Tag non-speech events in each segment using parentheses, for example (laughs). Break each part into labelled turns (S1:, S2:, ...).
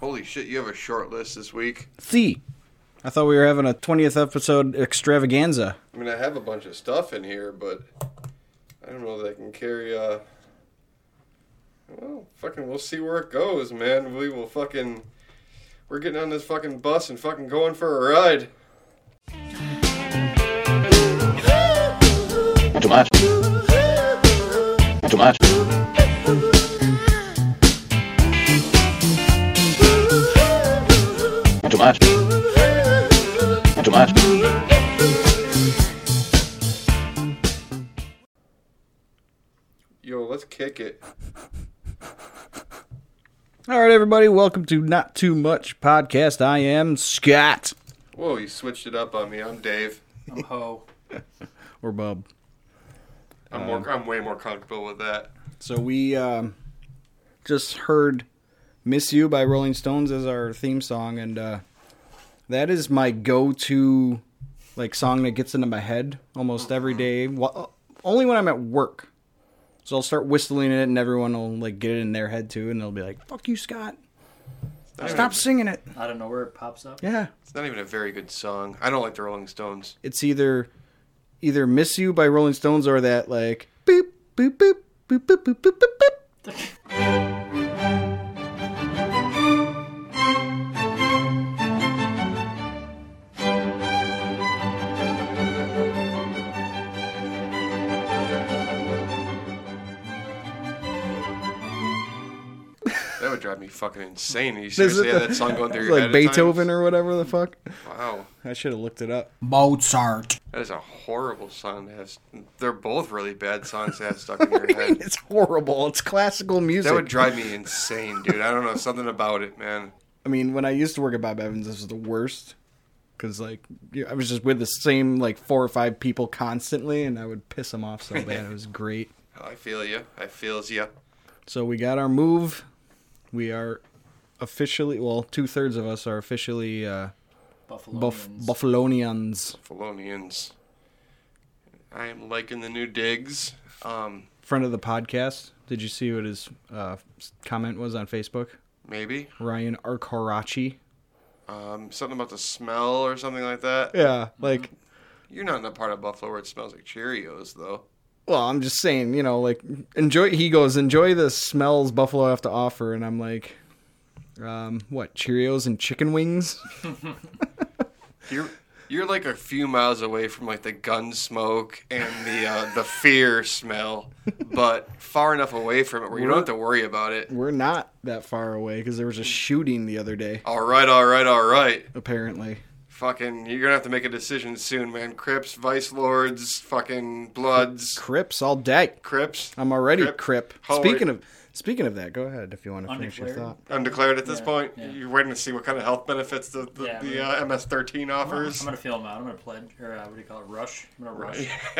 S1: Holy shit, you have a short list this week.
S2: See, I thought we were having a 20th episode extravaganza.
S1: I mean, I have a bunch of stuff in here, but I don't know that I can carry. Uh, well, fucking, we'll see where it goes, man. We will fucking. We're getting on this fucking bus and fucking going for a ride.
S3: Tomate. Tomate. Tomate. Tomate.
S1: Yo, let's kick it.
S2: All right, everybody, welcome to Not Too Much Podcast. I am Scott
S1: Whoa, you switched it up on me. I'm Dave.
S4: I'm Ho.
S2: or Bub.
S1: I'm more. I'm way more comfortable with that.
S2: So we um, just heard "Miss You" by Rolling Stones as our theme song, and uh, that is my go-to like song that gets into my head almost every day. Well, only when I'm at work, so I'll start whistling it, and everyone will like get it in their head too, and they'll be like, "Fuck you, Scott!
S1: Not even-
S2: Stop singing it!"
S4: I don't know where it pops up.
S2: Yeah,
S1: It's not even a very good song. I don't like the Rolling Stones.
S2: it's either either "Miss You" by Rolling Stones or that like boop boop boop boop boop boop boop boop. boop.
S1: That would drive me fucking insane. You
S2: Is
S1: seriously
S2: it
S1: have
S2: the-
S1: that song going through your
S2: like
S1: head at times?
S2: Beethoven or whatever the fuck.
S1: Wow.
S2: I should have looked it up.
S4: Mozart.
S1: That is a horrible song to have. They're both really bad songs to have stuck in your head.
S2: (laughs) It's horrible. It's classical music.
S1: That would drive me insane, dude. I don't know something about it, man.
S2: I mean, when I used to work at Bob Evans, this was the worst. Because, like, you- I was just with the same, like, four or five people constantly, and I would piss them off so bad. it was great.
S1: I feel you. I feels you.
S2: So we got our move. We are officially, well, two thirds of us are officially uh,
S4: Buffalo.
S2: Buff-
S4: Buff-
S2: Buffalonians.
S1: Felonians. I am liking the new digs. Um,
S2: Friend of the podcast. Did you see what his uh, comment was on Facebook?
S1: maybe
S2: Ryan Arkarachi.
S1: um, something about the smell or something like that.
S2: Yeah, like
S1: You're not in the part of Buffalo where it smells like Cheerios, though.
S2: Well, I'm just saying, you know, like enjoy. He goes, enjoy the smells Buffalo have to offer, and I'm like, um, what Cheerios and chicken wings?
S1: You're you're like a few miles away from like the gun smoke and the uh, the fear smell, but far enough away from it where you don't have to worry about it.
S2: We're not that far away because there was a shooting the other day,
S1: All right, all right, all right.
S2: apparently.
S1: Fucking, you're gonna have to make a decision soon, man. Crips, Vice Lords, fucking Bloods,
S2: Crips all day.
S1: Crips,
S2: I'm already
S1: Crip.
S2: Crip.
S1: How are
S2: Speaking
S1: you?
S2: of speaking of that, go ahead if you want to finish your
S4: Undeclared.
S2: thought.
S1: undeclared at this
S4: Yeah,
S1: point.
S4: yeah.
S1: You're waiting to see what kind of health benefits the, the,
S4: Yeah,
S1: the
S4: man.
S1: uh, MS-13
S4: I'm
S1: offers.
S4: gonna feel him out. I'm gonna pledge, or uh, what do you call it? Rush. I'm gonna rush.
S1: (laughs)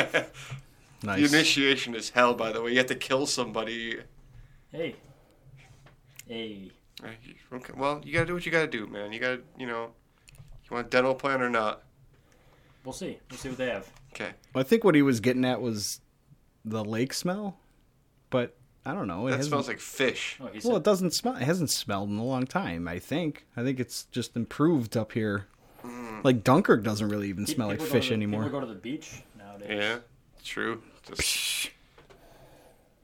S1: The
S2: Nice.
S1: initiation is hell, by the way. You have to kill somebody.
S4: Hey. Hey.
S1: Uh, you- Okay, well, you gotta do what you gotta do, man. You gotta, you know, you want a dental plan or not?
S4: We'll see. We'll see what they have.
S1: Okay.
S2: I think what he was getting at was the lake smell, but I don't know. It
S1: That
S2: hasn't-
S1: smells like fish.
S4: Oh, he said.
S2: Well, it doesn't smell. It hasn't smelled in a long time. I think. I think it's just improved up here.
S1: Mm.
S2: Like Dunkirk doesn't really even
S4: Pe-
S2: smell like
S4: people go to
S2: fish
S4: the-
S2: anymore.
S4: People go to the beach nowadays.
S1: Yeah, true. Just,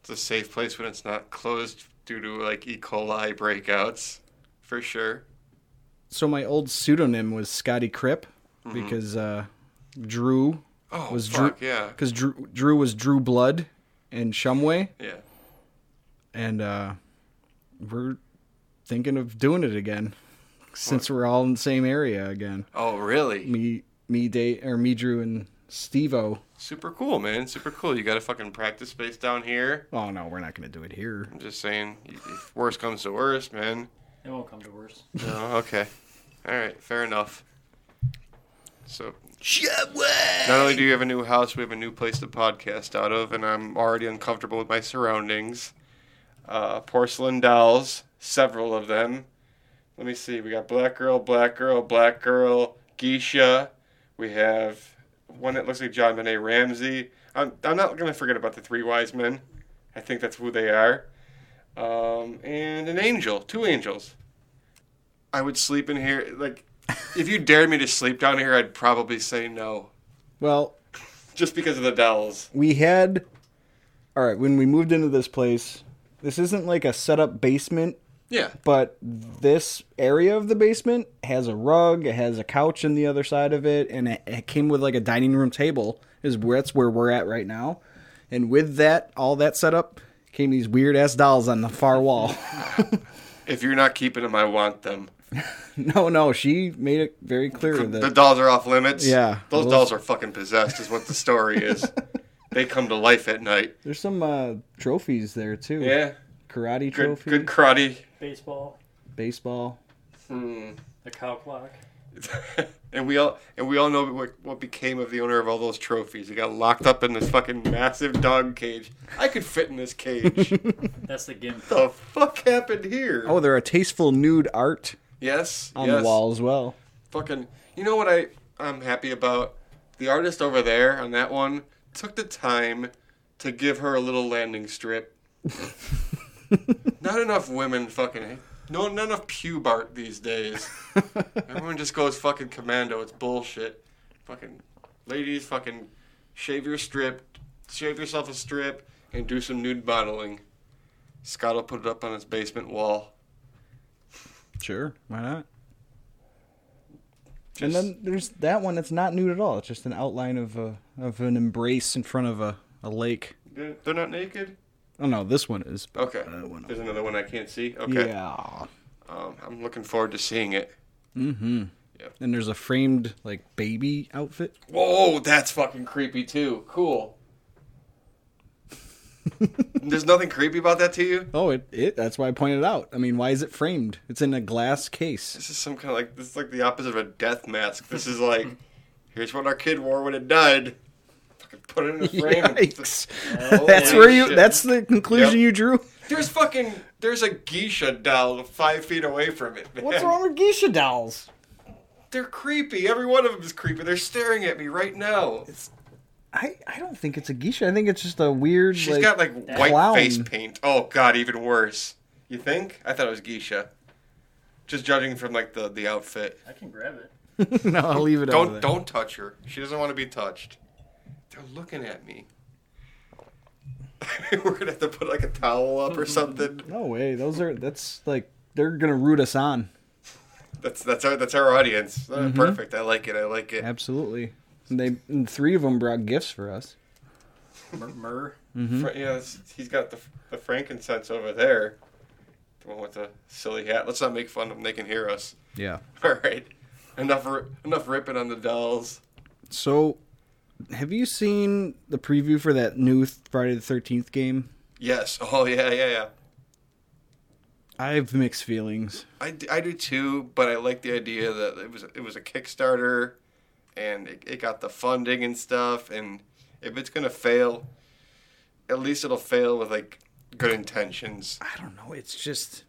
S1: it's a safe place when it's not closed due to like E. coli breakouts, for sure.
S2: so my old pseudonym was Scotty Crip
S1: Mm-hmm.
S2: because uh, Drew,
S1: Oh,
S2: Was
S1: fuck,
S2: Drew-
S1: yeah.
S2: because Drew, Drew was Drew Blood and Shumway,
S1: Yeah.
S2: and uh, we're thinking of doing it again since we're all in the same area again.
S1: Oh, really?
S2: Me, me, day or me, Drew and Stevo.
S1: Super cool, man. Super cool. You got a fucking practice space down here.
S2: Oh no, we're not gonna do it here.
S1: I'm just saying, if worse comes to worse, man.
S4: It won't come to worse. (laughs)
S1: No, okay. All right, fair enough. So, not only do you have a new house, we have a new place to podcast out of, and I'm already uncomfortable with my surroundings. Uh, porcelain dolls, several of them. Let me see. We got black girl, black girl, black girl, geisha. We have one that looks like John Benet Ramsey. I'm, I'm not going to forget about the three wise men. I think that's who they are. Um, and an angel, two angels. I would sleep in here. Like, if you dared me to sleep down here, I'd probably say no,
S2: Well,
S1: just because of the Dells.
S2: we had all right when we moved into this place this isn't like a set up basement
S1: Yeah,
S2: but this area of the basement has a rug it has a couch in the other side of it and it, it came with like a dining room table is where that's where we're at right now and with that all that setup came these weird ass dolls on the far wall (laughs)
S1: if you're not keeping them, I want them.
S2: no no she made it very clear
S1: The
S2: that
S1: dolls are off limits.
S2: Yeah.
S1: those
S2: Those-
S1: dolls are fucking possessed. Is what the story is.
S2: (laughs)
S1: they come to life at night.
S2: there's some uh, trophies there too
S1: Yeah, good,
S2: karate trophy
S1: good karate. (laughs)
S4: Baseball,
S2: baseball (laughs)
S4: the cow clock.
S1: and we all and we all know what, what became of the owner of all those trophies. He got locked up in this fucking massive dog cage. I could fit in this
S2: (laughs)
S1: cage.
S4: That's the gimp.
S1: the fuck happened here?
S2: oh there are tasteful nude art
S1: yes,
S2: on
S1: yes.
S2: the wall as well (laughs)
S1: Fucking. You know what I I'm happy about? The artist over there on that one took the time to give her a little landing
S2: (laughs)
S1: strip. Not enough women fucking. No, not enough pube art these days. Everyone just goes fucking commando. It's bullshit. Fucking ladies, fucking shave your strip, shave yourself a strip, and do some nude modeling. Scott will put it up on his basement wall.
S2: Sure, why not?
S1: Just-
S2: and then there's that one that's not nude at all. It's just an outline of a of an embrace in front of a, a lake.
S1: They're they're not naked.
S2: Oh no, this one is.
S1: Okay.
S2: Uh, one-
S1: There's another one I can't see. Okay.
S2: Yeah.
S1: Um, I'm looking forward to seeing it.
S2: Mm-hmm.
S1: Yeah.
S2: And there's a framed like baby outfit.
S1: Whoa, that's fucking creepy too. Cool. There's nothing creepy about that to you.
S2: Oh, it, it that's why I pointed it out. I mean, why is it framed? It's in a glass case.
S1: This is some kind of like this is like the opposite of a death mask. This is like, here's what our kid wore when it died. Fucking put it in a frame. and-
S2: Yikes.
S4: Oh,
S2: that's where you
S1: shit.
S2: that's the conclusion
S1: Yep.
S2: you drew.
S1: There's fucking there's a geisha doll five feet away from it. Man.
S2: with geisha dolls?
S1: They're creepy. Every one of them is creepy. They're staring at me right now.
S2: I, I don't think it's a geisha. I think it's just a weird
S1: She's
S2: like,
S1: got like white
S2: clown.
S1: face paint. Oh god, even worse. You think? I thought it was geisha. Just judging from like the the outfit.
S4: I can grab
S2: (laughs)
S4: it.
S2: no, I'll leave it over
S1: Don't
S2: there.
S1: don't touch her. She doesn't want to be touched. They're looking at me. (laughs) We're gonna have to put like a towel up or something.
S2: No way. Those are that's like they're gonna root us on.
S1: That's that's our that's our audience. Uh,
S2: Mm-hmm.
S1: Perfect. I like it. I like it.
S2: Absolutely. And they and three of them brought gifts for us.
S4: Mur. mur.
S2: Mm-hmm.
S1: Fra- yeah, that's- he's got the the frankincense over there. The one with the silly hat. Let's not make fun of them. They can hear us. (laughs)
S2: Yeah.
S1: All right. Enough ri- enough ripping on the dolls.
S2: So, have you seen the preview for that new th- Friday the Thirteenth game?
S1: Yes. (laughs) Oh yeah, yeah, yeah.
S2: I have mixed feelings.
S1: I, d- I do too, but I like the idea that it was it was a Kickstarter, and it, it got the funding and stuff. And if it's gonna fail, at least it'll fail with like good intentions.
S2: I don't know. It's just.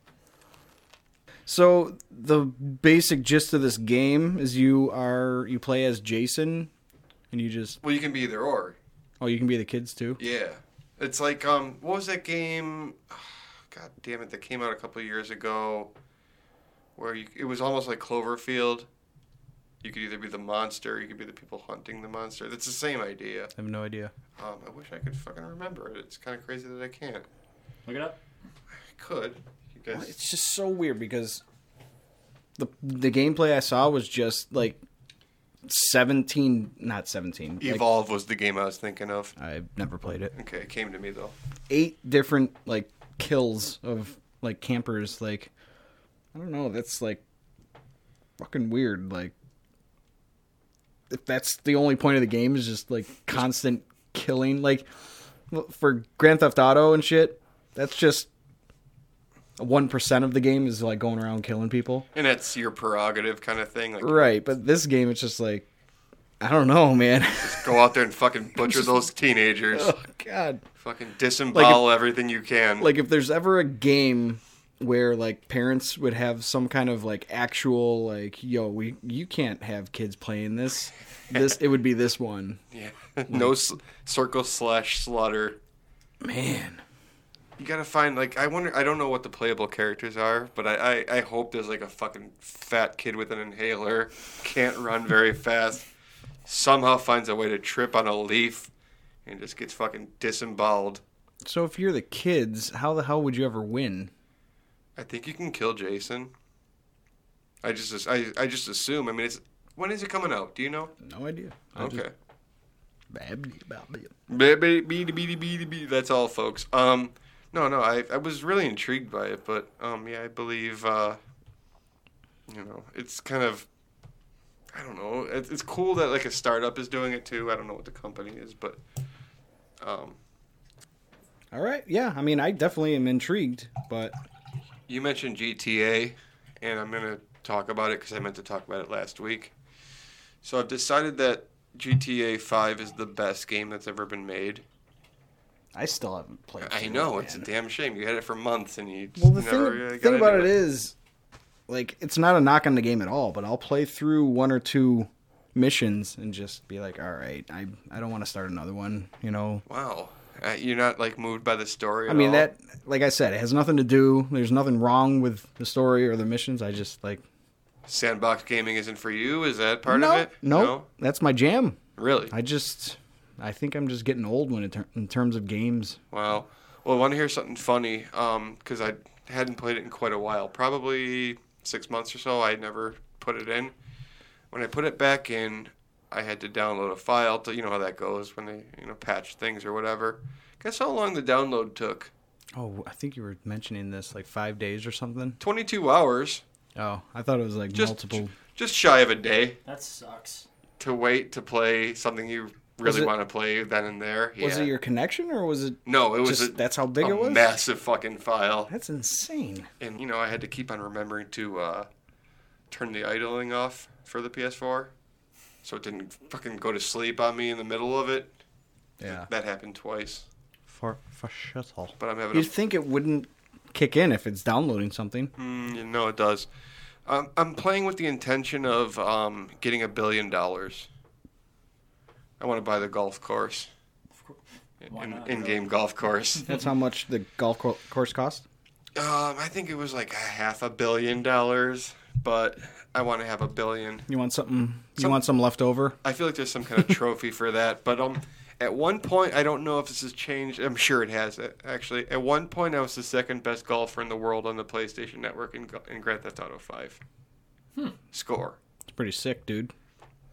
S2: So the basic gist of this game is you are you play as Jason, and you just
S1: Well, you can be either or.
S2: oh you can be the kids too.
S1: Yeah, it's like um, what was that game? (sighs) God damn it, that came out a couple of years ago, where you, it was almost like Cloverfield. You could either be the monster, or you could be the people hunting the monster. That's the same idea.
S2: I have no idea.
S1: Um, I wish I could fucking remember it. It's kind of crazy that I can't.
S4: Look it up.
S1: I could. You
S2: Well,
S1: guys,
S2: It's just so weird because the the gameplay I saw was just like seventeen, not seventeen. like-
S1: Evolve was the game I was thinking of.
S2: I've never played it.
S1: Okay, it came to me though.
S2: Eight different like kills of like campers. Like I don't know. That's like fucking weird. Like if that's the only point of the game is just like constant killing. Like for Grand Theft Auto and shit, that's just. One percent of the game is like going around killing people.
S1: And that's your prerogative kind of thing. Like,
S2: Right, but this game it's just like I don't know, man. (laughs)
S1: go out there and fucking butcher those teenagers.
S2: oh god.
S1: Fucking disembowel everything you can.
S2: Like if there's ever a game where like parents would have some kind of like actual like yo, we you can't have kids playing this. This it would be this one.
S1: (laughs) yeah. no s- circle slash slaughter.
S2: Man.
S1: You gotta find like I wonder. I don't know what the playable characters are, but I I, I hope there's like a fucking fat kid with an inhaler, can't run very fast, somehow finds a way to trip on a leaf, and just gets fucking disemboweled.
S2: So if you're the kids, how the hell would you ever win?
S1: I think you can kill Jason. I just I, I just assume. I mean, it's when is it coming out? Do you know?
S2: No idea. I just-
S1: Okay.
S2: Babbity babbity.
S1: Baby, beady, beady, beady, beady. That's all, folks. Um, no, no, I, I was really intrigued by it, but um, yeah, I believe, uh, you know, it's kind of, I don't know, it's, it's cool that like a startup is doing it too. I don't know what the company is, but um,
S2: All right. Yeah. I mean, I definitely am intrigued, but
S1: you mentioned GTA, and I'm gonna talk about it because I meant to talk about it last week. So I've decided that GTA Five is the best game that's ever been made.
S2: I still haven't played.
S1: I
S2: through
S1: know
S2: it,
S1: it's a
S2: man.
S1: damn shame. You had it for months and you just
S2: Well, the
S1: never
S2: thing,
S1: uh, got
S2: thing about
S1: into
S2: it is, like, it's not a knock on the game at all. But I'll play through one or two missions and just be like, all right, I I don't want to start another one. You know.
S1: Wow, uh, you're not like moved by the story.
S2: I
S1: at
S2: mean
S1: all?
S2: that, like I said, it has nothing to do. There's nothing wrong with the story or the missions. I just like
S1: sandbox gaming isn't for you. Is that part
S2: no,
S1: of it?
S2: no, that's my jam.
S1: really.
S2: I just, I think I'm just getting old when it ter- in terms of games.
S1: Wow. Well, I want to hear something funny because I hadn't played it in quite a while. Probably six months or so. I had never put it in. When I put it back in, I had to download a file to you know how that goes when they you know patch things or whatever. Guess how long the download took?
S2: Oh, I think you were mentioning this like five days or something.
S1: Twenty two hours.
S2: Oh, I thought it was like
S1: Just
S2: multiple.
S1: Just shy of a day
S4: That sucks.
S1: to wait to play something you
S2: Was
S1: really
S2: it-
S1: want to play then and there.
S2: Was
S1: Yeah.
S2: it your connection or was it
S1: No, it was
S2: just
S1: a,
S2: that's how big
S1: a
S2: it was?
S1: massive fucking file,
S2: That's insane.
S1: and you know I had to keep on remembering to uh, turn the idling off for the PS4, so it didn't fucking go to sleep on me in the middle of it.
S2: Yeah.
S1: That happened twice,
S2: For for shit all.
S1: but I'm having.
S2: You'd think it wouldn't kick in if it's downloading something.
S1: a, mm, no, it does. Um, I'm playing with the intention of um, getting a billion dollars. I want to buy the golf course,
S4: Why
S1: in,
S4: not?
S1: in-game golf
S4: (laughs)
S1: course.
S2: That's how much the golf co- course cost.
S1: Um, I think it was like a half a billion dollars, but I want to have a billion.
S2: You want something? You
S1: Some-
S2: want some left over?
S1: I feel like there's some kind of trophy for that. But um, at one point, I don't know if this has changed. I'm sure it has uh, actually. At one point, I was the second best golfer in the world on the PlayStation Network in, go- in Grand Theft Auto Five. Score.
S2: It's pretty sick, dude.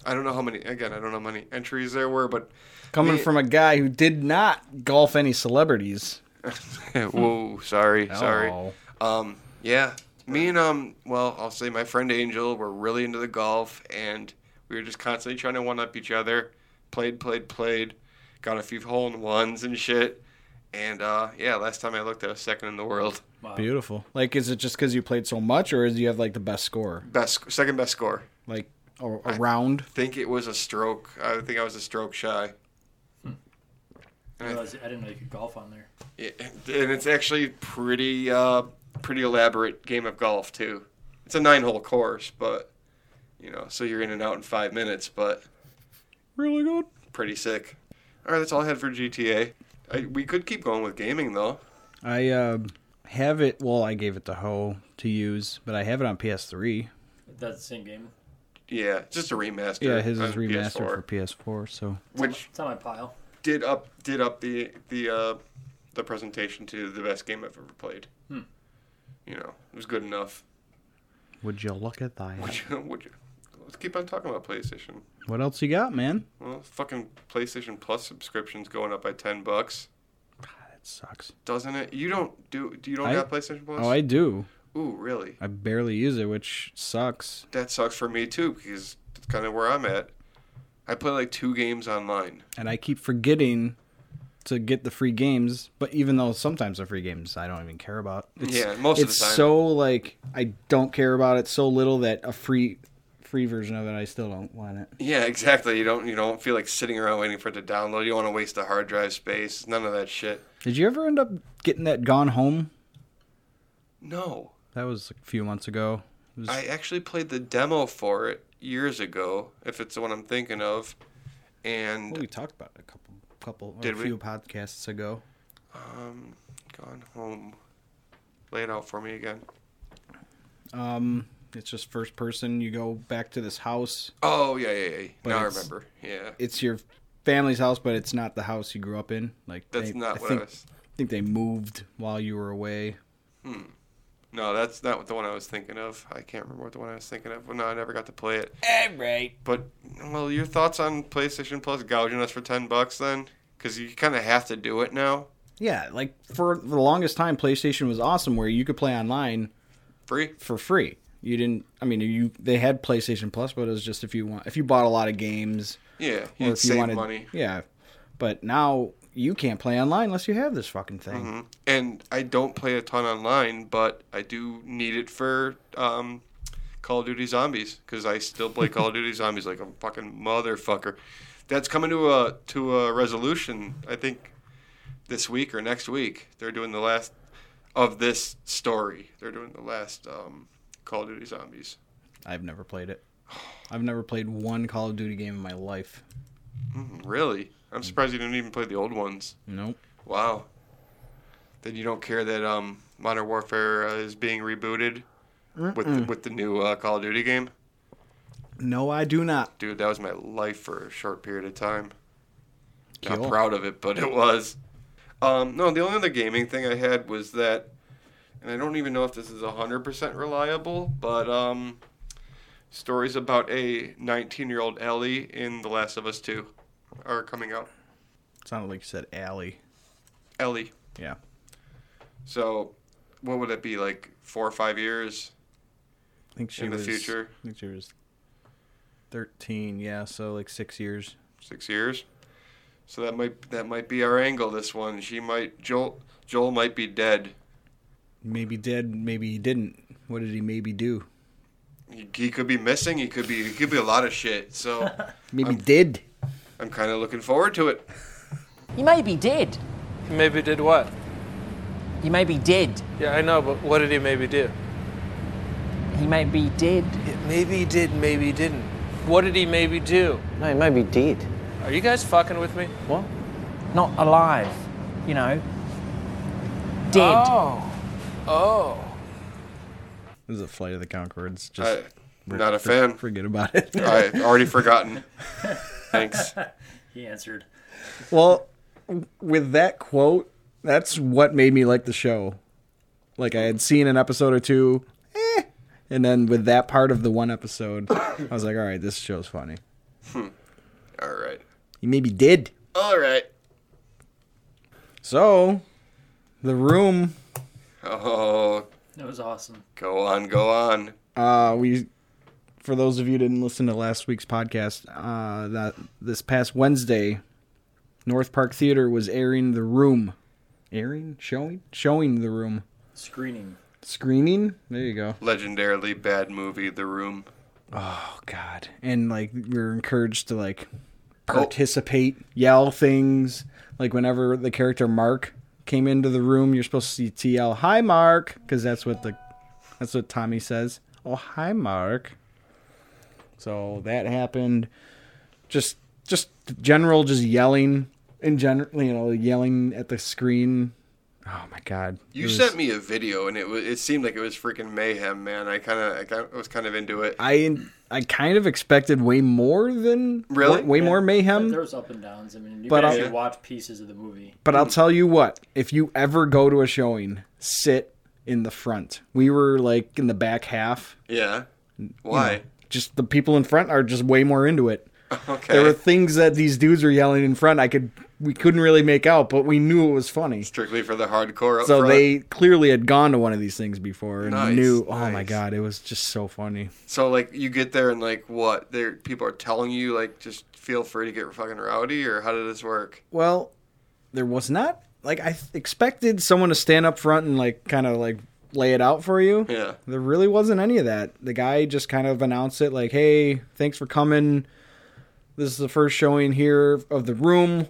S1: I don't know how many. Again, I don't know how many entries there were, but (laughs)
S2: Coming
S1: Me-
S2: from a guy who did not golf any celebrities.
S1: whoa, sorry, sorry.
S2: Oh.
S1: Um, yeah. Me and um, well, I'll say my friend Angel were really into the golf, and we were just constantly trying to one up each other. Played, played, played. Got a few hole in ones and shit. And uh, yeah, last time I looked, I was second in the world,
S4: Wow.
S2: Beautiful. Like, is it just because you played so much, or is you have like the best score,
S1: best, second best score.
S2: like a, a round?
S1: Think it was a stroke. I think I was a stroke shy.
S4: I, realized- I didn't know you could golf on there.
S1: Yeah, and it's actually pretty uh, pretty elaborate game of golf too. It's a nine hole course, but you know, so you're in and out in five minutes, but
S2: Really good.
S1: pretty sick. All right, that's all I had for GTA. I, we could keep going with gaming though.
S2: I uh, have it. Well, I gave it to Ho to use, but I have it on PS3.
S4: That's the same game.
S1: Yeah, just a remaster. Uh,
S2: Yeah, his
S1: on
S2: is remastered
S1: PS4,
S2: for PS4. So
S1: which
S4: It's on my pile.
S1: did up did up the the uh, the presentation to the best game I've ever played.
S4: Hmm.
S1: You know, it was good enough. (laughs)
S2: would you look at that?
S1: Would you, would you, let's keep on talking about PlayStation.
S2: What else you got, man?
S1: Well, fucking PlayStation Plus subscription's going up by ten bucks,
S2: That sucks.
S1: doesn't it? You don't do do you don't
S2: I-
S1: have PlayStation Plus?
S2: Oh, I do.
S1: Ooh, really?
S2: I barely use it, which sucks.
S1: That sucks for me too because that's kind of where I'm at. I play like two games online.
S2: And I keep forgetting to get the free games, but even though sometimes the free games I don't even care about. It's,
S1: yeah, most of the
S2: it's
S1: time.
S2: so like I don't care about it so little that a free free version of it I still don't want it.
S1: yeah, exactly. You don't you don't feel like sitting around waiting for it to download. You don't want to waste the hard drive space. None of that shit.
S2: Did you ever end up getting that Gone Home?
S1: No,
S2: That was a few months ago. It was,
S1: I actually played the demo for it years ago. If it's the one I'm thinking of, and
S2: we talked about it a couple couple
S1: Did
S2: a
S1: we?
S2: few podcasts ago.
S1: um, Gone home. Lay it out for me again.
S2: Um, it's just first person. You go back to this house.
S1: Oh yeah, yeah, yeah.
S2: But
S1: now I
S2: it's-
S1: remember. Yeah,
S2: It's your family's house, but it's not the house you grew up in. Like
S1: that's
S2: they-
S1: not
S2: I
S1: what
S2: think,
S1: I was.
S2: think they moved while you were away.
S1: No, that's not the one I was thinking of. I can't remember what the one I was thinking of. Well, no, I never got to play it.
S2: All right.
S1: But well, your thoughts on PlayStation Plus gouging us for ten bucks then? Because you kind of have to do it now.
S2: Yeah, like for the longest time, PlayStation was awesome, where you could play online
S1: Free.
S2: for free. You didn't. I mean, you they had PlayStation Plus, but it was just if you want if you bought a lot of games
S1: Yeah,
S2: or
S1: you
S2: if you
S1: save
S2: wanted
S1: money.
S2: Yeah, but now you can't play online unless you have this fucking thing.
S1: Mhm. And I don't play a ton online, but I do need it for um, Call of Duty Zombies because I still play Call of Duty Zombies like a fucking motherfucker. That's coming to a to a resolution. I think this week or next week they're doing the last of this story. They're doing the last um, Call of Duty Zombies.
S2: I've never played it. I've never played one Call of Duty game in my life.
S1: Mm, really? I'm surprised you didn't even play the old ones.
S2: Nope.
S1: Wow. Then you don't care that um, Modern Warfare uh, is being rebooted with the, with the new uh, Call of Duty game?
S2: No, I do not.
S1: Dude, that was my life for a short period of time.
S2: Cool.
S1: Not proud of it, but it was. Um, no, the only other gaming thing I had was that, and I don't even know if this is 100% reliable, but um, stories about a 19 year old Ellie in The Last of Us 2 are coming out.
S2: sounded like you said alley.
S1: Ellie.
S2: Yeah.
S1: So, what would it be like four or five years
S2: I think she
S1: in the
S2: was,
S1: future?
S2: I think she was thirteen. Yeah, so like six years.
S1: Six years. So that might that might be our angle. This one, she might Joel Joel might be dead.
S2: Maybe did. Maybe he didn't. What did he maybe do?
S1: He, he could be missing. He could be he could be a lot of shit.
S2: (laughs)
S1: So Um,
S2: Maybe did.
S1: I'm kind of looking forward to it.
S3: You may be dead.
S5: He maybe did what?
S3: You may be dead.
S5: Yeah, I know, but what did he maybe do?
S3: He may be dead.
S5: Maybe he did, maybe he didn't. What did he maybe do?
S3: No, he may be dead.
S5: Are you guys fucking with me?
S3: What? Not alive, you know. Dead.
S5: Oh. Oh.
S2: This is a flight of the Concords. Just
S1: I, not a fan.
S2: forget about it. (laughs)
S1: I already forgotten. Thanks.
S4: He answered.
S2: well, with that quote, that's what made me like the show. Like I had seen an episode or two, eh, and then with that part of the one episode, (coughs) I was like, all right, this show's funny.
S1: All right.
S2: You maybe did.
S1: All right.
S2: So, the room.
S1: Oh,
S4: That was awesome.
S1: go on, go on.
S2: Uh, we, for those of you who didn't listen to last week's podcast, uh, that this past Wednesday, North Park Theater was airing the room, airing, showing, showing the room,
S4: Screening.
S2: screening. There you go.
S1: Legendarily bad movie, The Room.
S2: Oh God! And like we were encouraged to like
S1: Oh.
S2: participate, yell things. Like whenever the character Mark came into the room, you're supposed to, to yell "Hi, Mark," because that's what the that's what Tommy says. Oh, hi, Mark. So that happened. Just just general, just yelling in general, you know, yelling at the screen. Oh my God!
S1: You
S2: It was-
S1: sent me a video, and it was, it seemed like it was freaking mayhem, man. I kind of I kinda, was kind of into it.
S2: I I kind of expected way more than
S1: Really?
S2: way,
S4: Yeah.
S2: more mayhem.
S4: There was up and downs. I mean, you
S2: But
S4: can
S2: I'll-
S4: actually watch pieces of the movie.
S2: But
S1: Mm.
S2: I'll tell you what, if you ever go to a showing, sit in the front. We were like in the back half.
S1: yeah. Why?
S2: Just the people in front are just way more into it.
S1: (laughs) Okay.
S2: There were things that these dudes were yelling in front I could we couldn't really make out, but we knew it was funny.
S1: Strictly for the hardcore. Up
S2: So
S1: front.
S2: they clearly had gone to one of these things before and
S1: Nice,
S2: knew oh my
S1: nice.
S2: god, it was just so funny.
S1: So like you get there and like what? There people are telling you like just feel free to get fucking rowdy or how did this work?
S2: Well, there was not like I th- expected someone to stand up front and like kind of like lay it out for you.
S1: Yeah.
S2: There really wasn't any of that. The guy just kind of announced it like, "Hey, thanks for coming. This is the first showing here of the room,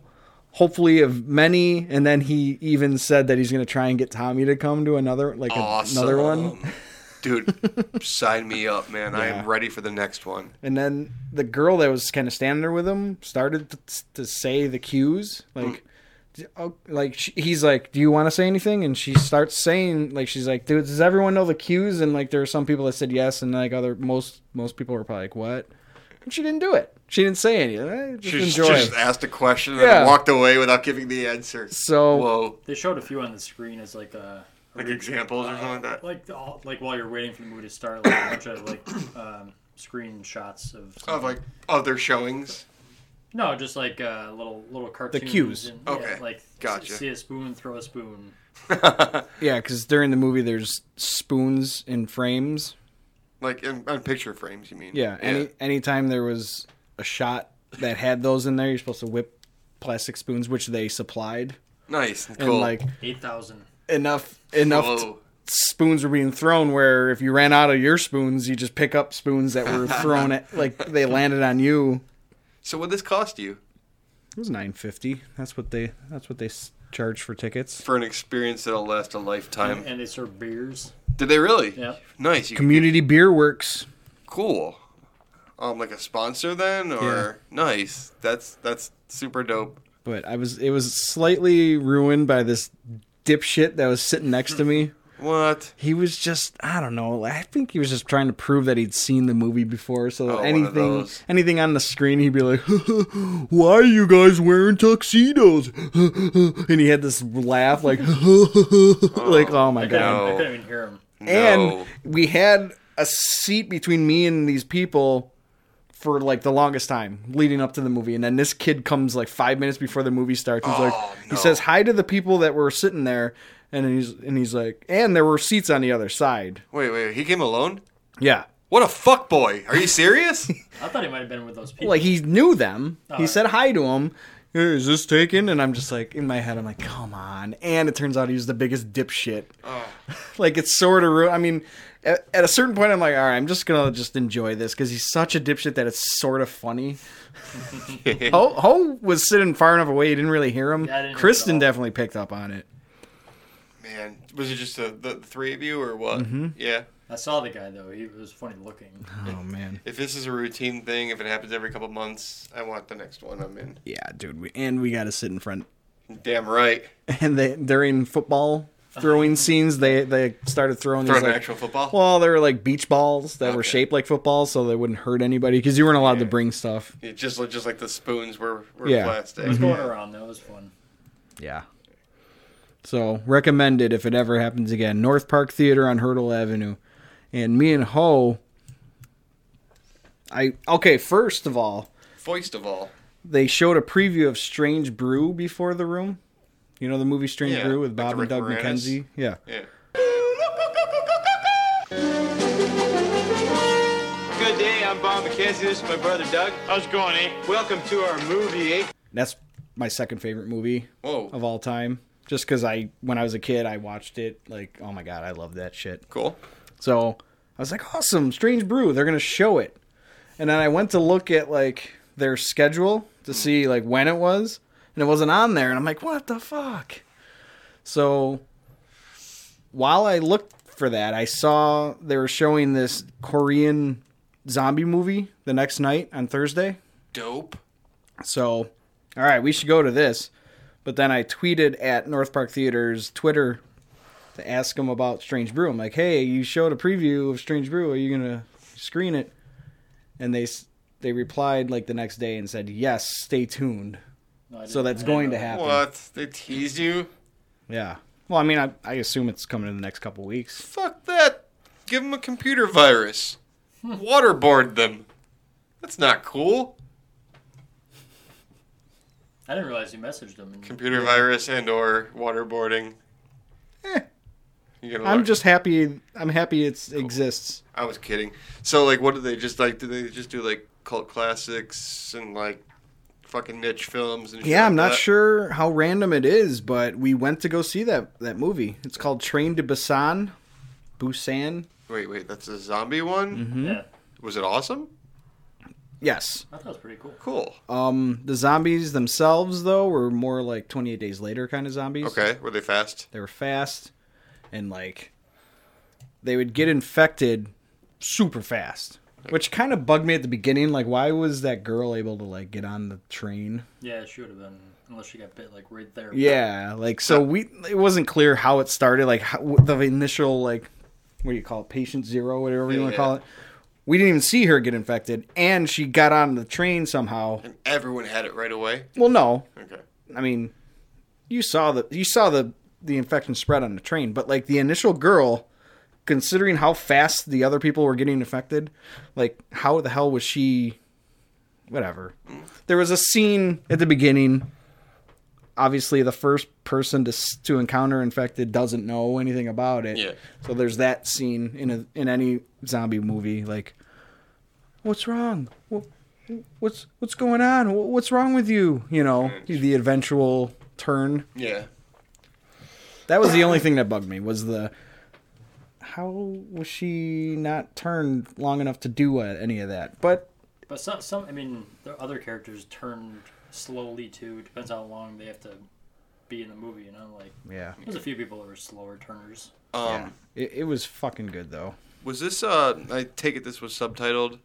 S2: hopefully of many." And then he even said that he's going to try and get Tommy to come to another like a-
S1: Awesome.
S2: another one. (laughs)
S1: Dude, sign me up, man. I
S2: Yeah.
S1: am ready for the next one.
S2: And then the girl that was kind of standing there with him started to, to say the cues like
S1: Mm.
S2: oh, like sh he's like, "Do you want to say anything?" And she starts saying, like, she's like, "Dude, does everyone know the cues?" And like, there are some people that said yes, and like other most most people were probably like, "What?" And she didn't do it. She didn't say anything. Eh, Just
S1: She just,
S2: enjoy.
S1: just asked a question and
S2: Yeah.
S1: walked away without giving the answer.
S2: So-
S1: whoa,
S4: They showed a few on the screen as like uh
S1: like examples or something like that.
S4: like the, all, like while you're waiting for the movie to start, like a bunch of like (coughs) um, screenshots of
S1: Of like other showings.
S4: no, just like uh, little little cartoons.
S2: cues.
S4: And,
S1: Okay,
S4: Yeah, like s-
S1: gotcha.
S4: See a spoon, throw a spoon.
S2: yeah, because during the movie, there's spoons in frames.
S1: (laughs) Like in, on picture frames, you mean?
S2: Yeah. Any anytime there was a shot that had those in there, you're supposed to whip plastic spoons, which they supplied,
S1: nice and
S2: and
S1: cool.
S2: like
S4: Eight thousand.
S2: enough enough t-
S1: Whoa.
S2: spoons were being thrown where if you ran out of your spoons you just pick up spoons that
S1: (laughs)
S2: were thrown at like they landed on you
S1: So what this cost you
S2: it was 950 that's what they that's what they s- charge for tickets
S1: for an experience that'll last a lifetime?
S4: And they serve beers.
S1: Did they really?
S4: Yeah.
S1: Nice. You
S2: community beer works
S1: cool. Um, like a sponsor then, or nice. That's that's super dope.
S2: but i was it was slightly ruined by this dipshit that was sitting next to me
S1: What?
S2: he was just i don't know i think he was just trying to prove that he'd seen the movie before so
S1: Oh, one of
S2: anything
S1: those.
S2: anything on the screen he'd be like (laughs) why are you guys wearing tuxedos (laughs) and he had this laugh like (laughs) like oh my
S4: I
S2: god
S4: couldn't,
S1: No.
S4: I couldn't even hear him.
S1: No.
S2: and we had a seat between me and these people for like the longest time leading up to the movie and then this kid comes like five minutes before the movie starts he's like
S1: Oh,
S2: he
S1: no.
S2: says hi to the people that were sitting there and then he's and he's like and there were seats on the other side
S1: wait, wait. He came alone.
S2: yeah
S1: What a fuck boy. Are you
S2: (laughs)
S1: serious?
S4: I thought he might have been with those people.
S2: like he knew them he
S4: Oh.
S2: said hi to them is this taken and i'm just like in my head i'm like come on and it turns out he was the biggest dipshit
S4: Oh.
S2: (laughs) like it's sort of ru- i mean at, at a certain point i'm like all right i'm just gonna just enjoy this because he's such a dipshit that it's sort of
S4: (laughs)
S2: funny ho, ho was sitting far enough away he didn't really hear him
S4: Yeah, I didn't hear it at
S2: kristen
S4: all.
S2: definitely picked up on it
S1: Man, was it just the, the three of you or what?
S2: Mm-hmm.
S1: Yeah.
S4: I saw the guy though. He was funny looking.
S2: (laughs) oh
S4: (laughs)
S2: man
S1: If this is a routine thing, if it happens every couple months, I want the next one I'm in.
S2: yeah dude we, and we gotta sit in front
S1: Damn right.
S2: and they during football throwing scenes they they started throwing these
S1: Oh. Throwing
S2: like,
S1: actual football?
S2: Well, they were like beach balls that were
S1: Okay.
S2: shaped like footballs, so they wouldn't hurt anybody because you weren't allowed to
S1: Yeah.
S2: bring stuff.
S1: It just look- just like the spoons were, were
S2: Yeah.
S1: plastic.
S4: It was going around. That was fun.
S2: Yeah. So recommended if it ever happens again. North Park Theater on Hurdle Avenue, and me and Ho. I okay. First of all,
S1: Foist of all.
S2: they showed a preview of Strange Brew before the room. You know the movie Strange
S1: Yeah,
S2: Brew with
S1: like
S2: Bob
S1: the
S2: and Doug
S1: Rick Moranis?
S2: McKenzie. Yeah.
S1: Yeah.
S6: Good day, I'm Bob McKenzie. This is my brother Doug. How's it going, eh? Welcome to our movie, eh?
S2: That's my second favorite movie
S1: Whoa.
S2: of all time. Just because I, when I was a kid, I watched it. Like, oh my god, I love that shit.
S1: Cool.
S2: So I was like, awesome, Strange Brew, they're gonna show it. And then I went to look at like their schedule to see like when it was, and it wasn't on there. And I'm like, what the fuck? So while I looked for that, I saw they were showing this Korean zombie movie the next night on Thursday.
S1: Dope.
S2: So, all right, we should go to this. But then I tweeted at North Park Theater's Twitter to ask them about Strange Brew. I'm like, hey, you showed a preview of Strange Brew. Are you gonna screen it? And they s- they replied like the next day and said, yes, stay tuned.
S4: No, I
S2: So
S4: didn't-
S2: that's
S4: I didn't
S2: going
S4: know
S2: to
S4: that.
S2: happen.
S1: What? They teased you?
S2: Yeah. Well, I mean, I, I assume it's coming in the next couple weeks.
S1: Fuck that. Give them a computer virus.
S2: Hmm.
S1: Waterboard them. That's not cool.
S4: I didn't realize you messaged him.
S2: Mm-hmm.
S4: And
S1: Computer virus and or waterboarding.
S2: Eh.
S1: You gotta
S2: I'm
S1: learn.
S2: just happy. I'm happy it exists.
S1: I was kidding. So like, what did they just like? Did they just do like cult classics and like fucking niche films and? Shit
S2: Yeah, I'm
S1: like
S2: not
S1: that?
S2: sure how random it is, but we went to go see that that movie. It's called Train to Busan. Busan.
S1: Wait, wait, that's a zombie one.
S2: Mm-hmm.
S4: Yeah,
S1: Was it awesome?
S2: Yes.
S4: I thought it was pretty cool.
S1: Cool.
S2: Um, the zombies themselves, though, were more like 28 Days Later kind of zombies.
S1: Okay, were they fast?
S2: They were fast, and like they would get infected super fast. Which kind of bugged me at the beginning. Like, why was that girl able to like get on the train?
S4: Yeah, she would have been unless she got bit like right there.
S2: Yeah, like so we it wasn't clear how it started, like how, what the initial like what do you call it, patient zero, whatever you want
S1: Yeah.
S2: to call it. We didn't even see her get infected, and she got on the train somehow.
S1: And everyone had it right away.
S2: Well, no,
S1: Okay.
S2: I mean, you saw the you saw the the infection spread on the train, but like the initial girl, considering how fast the other people were getting infected, like how the hell was she? Whatever. There was a scene at the beginning. Obviously, the first person to s- to encounter infected doesn't know anything about it.
S1: Yeah.
S2: So there's that scene in a in any zombie movie. Like, what's wrong? Wha- What's what's going on? Wha- What's wrong with you? You know, the eventual turn.
S1: Yeah.
S2: That was the only thing that bugged me was the how was she not turned long enough to do uh, any of that? But
S4: But some, some, I mean, the other characters turned slowly too. It depends how long they have to be in the movie, you know. Like,
S2: yeah,
S4: there's a few people that are slower turners.
S1: Um,
S2: it, it was fucking good though.
S1: Was this? Uh, I take it this was subtitled.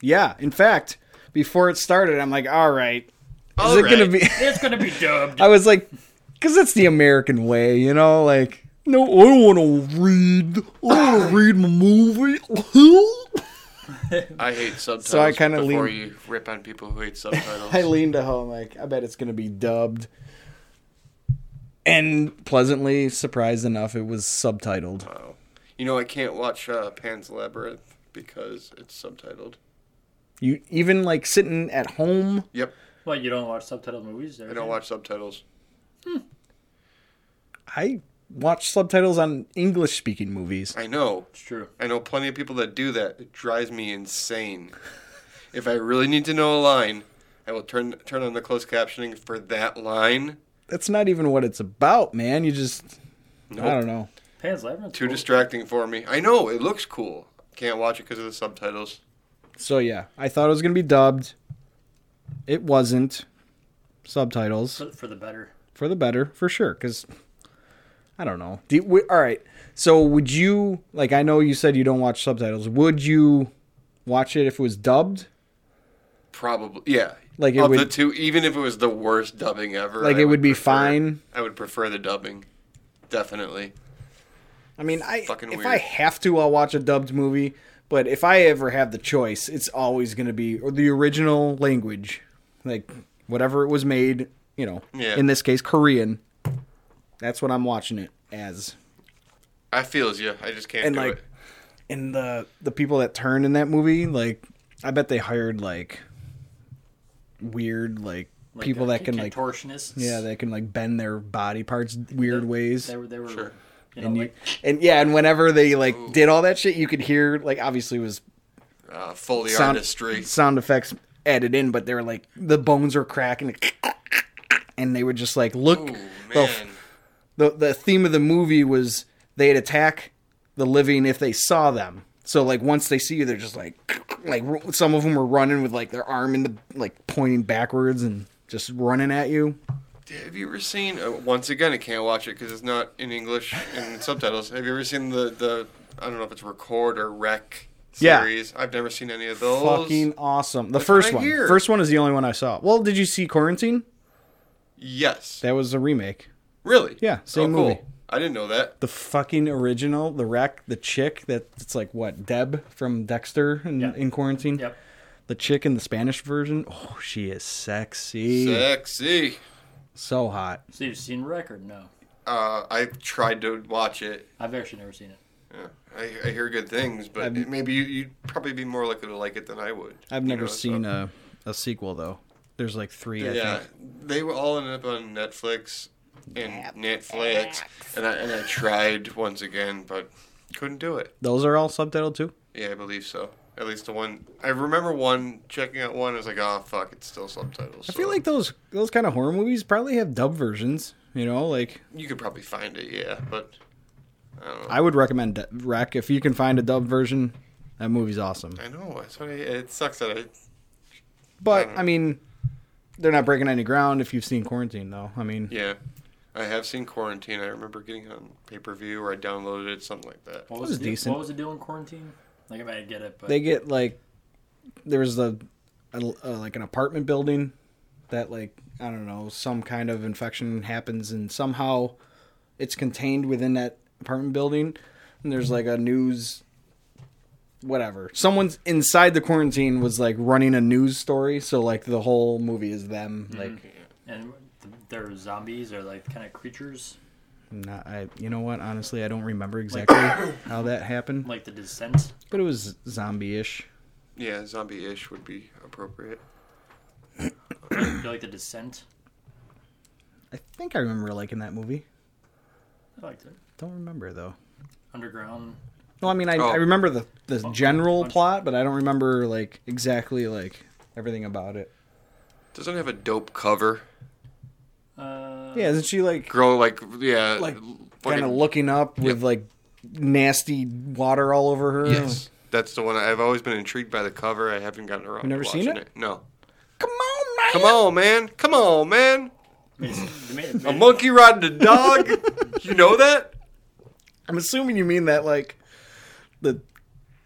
S2: Yeah, in fact, before it started, I'm like, all right, is
S1: All
S2: it gonna
S1: right.
S2: be?
S4: It's gonna be
S2: (laughs)
S4: dubbed.
S2: I was like, because that's the American way, you know? Like, no, I don't want to read. I want to read my movie. (laughs)
S1: I hate subtitles.
S2: I kinda
S1: before
S2: lean-
S1: you rip on people who hate subtitles.
S2: (laughs) I leaned to home, like, I bet it's going to be dubbed. And pleasantly surprised enough, it was subtitled.
S1: Wow. You know, I can't watch uh, Pan's Labyrinth because it's subtitled.
S2: You even like sitting at home.
S1: Yep,
S4: What you don't watch subtitled movies?
S1: I don't watch subtitles.
S2: I watch subtitles on English speaking movies.
S1: I know.
S4: It's true.
S1: I know plenty of people that do that. It drives me
S2: (laughs)
S1: insane. if I really need to know a line, I will turn turn on the closed captioning for that line.
S2: That's not even what it's about, man. You just, I don't know.
S4: Pan's Labyrinth.
S1: Too
S4: cool.
S1: distracting for me. I know it looks cool. Can't watch it because of the subtitles.
S2: So yeah, I thought it was gonna be dubbed. It wasn't. Subtitles
S4: for, for the better.
S2: for the better, for sure. Because I don't know. Do you- w- all right. So would you like? I know you said you don't watch subtitles. Would you watch it if it was dubbed?
S1: Probably, yeah.
S2: Like, it
S1: of the
S2: would-
S1: two, even if it was the worst dubbing ever,
S2: Like,
S1: I
S2: it would be
S1: prefer-
S2: fine?
S1: I would prefer the dubbing, definitely.
S2: I mean, I
S1: Fucking
S2: if
S1: weird.
S2: I have to, I'll watch a dubbed movie. But if I ever have the choice, it's always gonna be or the original language, like whatever it was made. You know,
S1: Yeah.
S2: in this case, Korean. That's what I'm watching it as.
S1: I feels you. I just can't
S2: and
S1: do
S2: like
S1: it.
S2: and the the people that turned in that movie like i bet they hired like weird like,
S4: Like,
S2: people
S4: uh,
S2: that can like
S4: contortionists.
S2: yeah that can like bend their body parts weird ways
S4: They were. They were.
S1: Sure.
S4: You know,
S2: and you
S4: like,
S2: and yeah and whenever they like did all that shit you could hear like obviously it was
S1: Uh, Foley
S2: sound
S1: artistry.
S2: sound effects added in but they were like the bones are cracking like, and they would just like
S1: Ooh,
S2: look
S1: man.
S2: the f- the the theme of the movie was they'd attack the living if they saw them. So like once they see you, they're just like like ru- some of them were running with like their arm in the like pointing backwards and just running at you.
S1: Have you ever seen? Uh, once again, I can't watch it because it's not in English in
S2: (laughs)
S1: subtitles. Have you ever seen the the? I don't know if it's record or rec
S2: Yeah.
S1: series. I've never seen any of those.
S2: Fucking awesome! The
S1: That's
S2: first
S1: what I
S2: one,
S1: hear.
S2: first one is the only one I saw. Well, did you see Quarantine?
S1: Yes.
S2: That was a remake.
S1: really? Oh,
S2: Yeah, same movie.
S1: I didn't know that.
S2: The fucking original, the wreck, the chick that it's like what Deb from Dexter in,
S4: Yeah.
S2: in Quarantine.
S4: yep.
S2: The chick in the Spanish version. Oh, she is sexy.
S1: Sexy.
S2: So hot.
S4: So you've seen Record? No,
S1: Uh, I tried to watch it.
S4: I've actually never seen it.
S1: Yeah. I, I hear good things, but
S2: I've-
S1: maybe you, you'd probably be more likely to like it than I would.
S2: I've
S1: you
S2: never
S1: know, so-
S2: seen a, a sequel though. There's like three. I
S1: Yeah,
S2: think.
S1: they were all ended up on Netflix and Netflix, and I and I tried once again, but couldn't do it.
S2: Those are all subtitled too.
S1: Yeah, I believe so. At least the one I remember one checking out one. I was like, oh fuck, it's still subtitles.
S2: I feel like those those kind of horror movies probably have dub versions. You know, like
S1: you could probably find it. Yeah, but I don't know.
S2: I would recommend De- Wreck if you can find a dub version. That movie's awesome.
S1: I, know. That's what I, it sucks that I.
S2: But I mean, they're not breaking any ground if you've seen Quarantine though. I mean,
S1: Yeah, I have seen Quarantine. I remember getting it on pay per view or I downloaded it, something like that.
S4: What
S2: was
S4: the deal-
S2: decent.
S4: What was the deal in quarantine? Like I might get it, but
S2: they get like there was a, a- a- like an apartment building that like I don't know some kind of infection happens and somehow it's contained within that apartment building and there's like a news whatever someone's inside the quarantine was like running a news story so like the whole movie is them like
S4: And th- they're zombies or like kind of creatures,
S2: not, I you know what honestly I don't remember exactly how that happened
S4: like the Descent.
S2: but it was zombie-ish
S1: Yeah, zombie-ish would be appropriate.
S4: You like the Descent?
S2: I think I remember liking that movie
S4: I liked it.
S2: don't remember though
S4: Underground.
S2: No, I mean I,
S1: Oh.
S2: I remember the the general
S4: punch.
S2: plot, but I don't remember like exactly like everything about it.
S1: Doesn't it have a dope cover.
S4: Uh,
S2: Yeah, isn't she like
S1: Girl, like yeah,
S2: like kind
S1: fucking-
S2: of looking up with like nasty water all over her?
S1: Yes, that's the one. I've always been intrigued by the cover. I haven't gotten around.
S2: never
S1: to
S2: seen
S1: watching
S2: it?
S1: No.
S2: Come on, man.
S1: Come on, man. Come on, man.
S4: I mean, it's- they made, it-
S1: A monkey riding a
S2: (laughs)
S1: dog. you know that?
S2: I'm assuming you mean that like the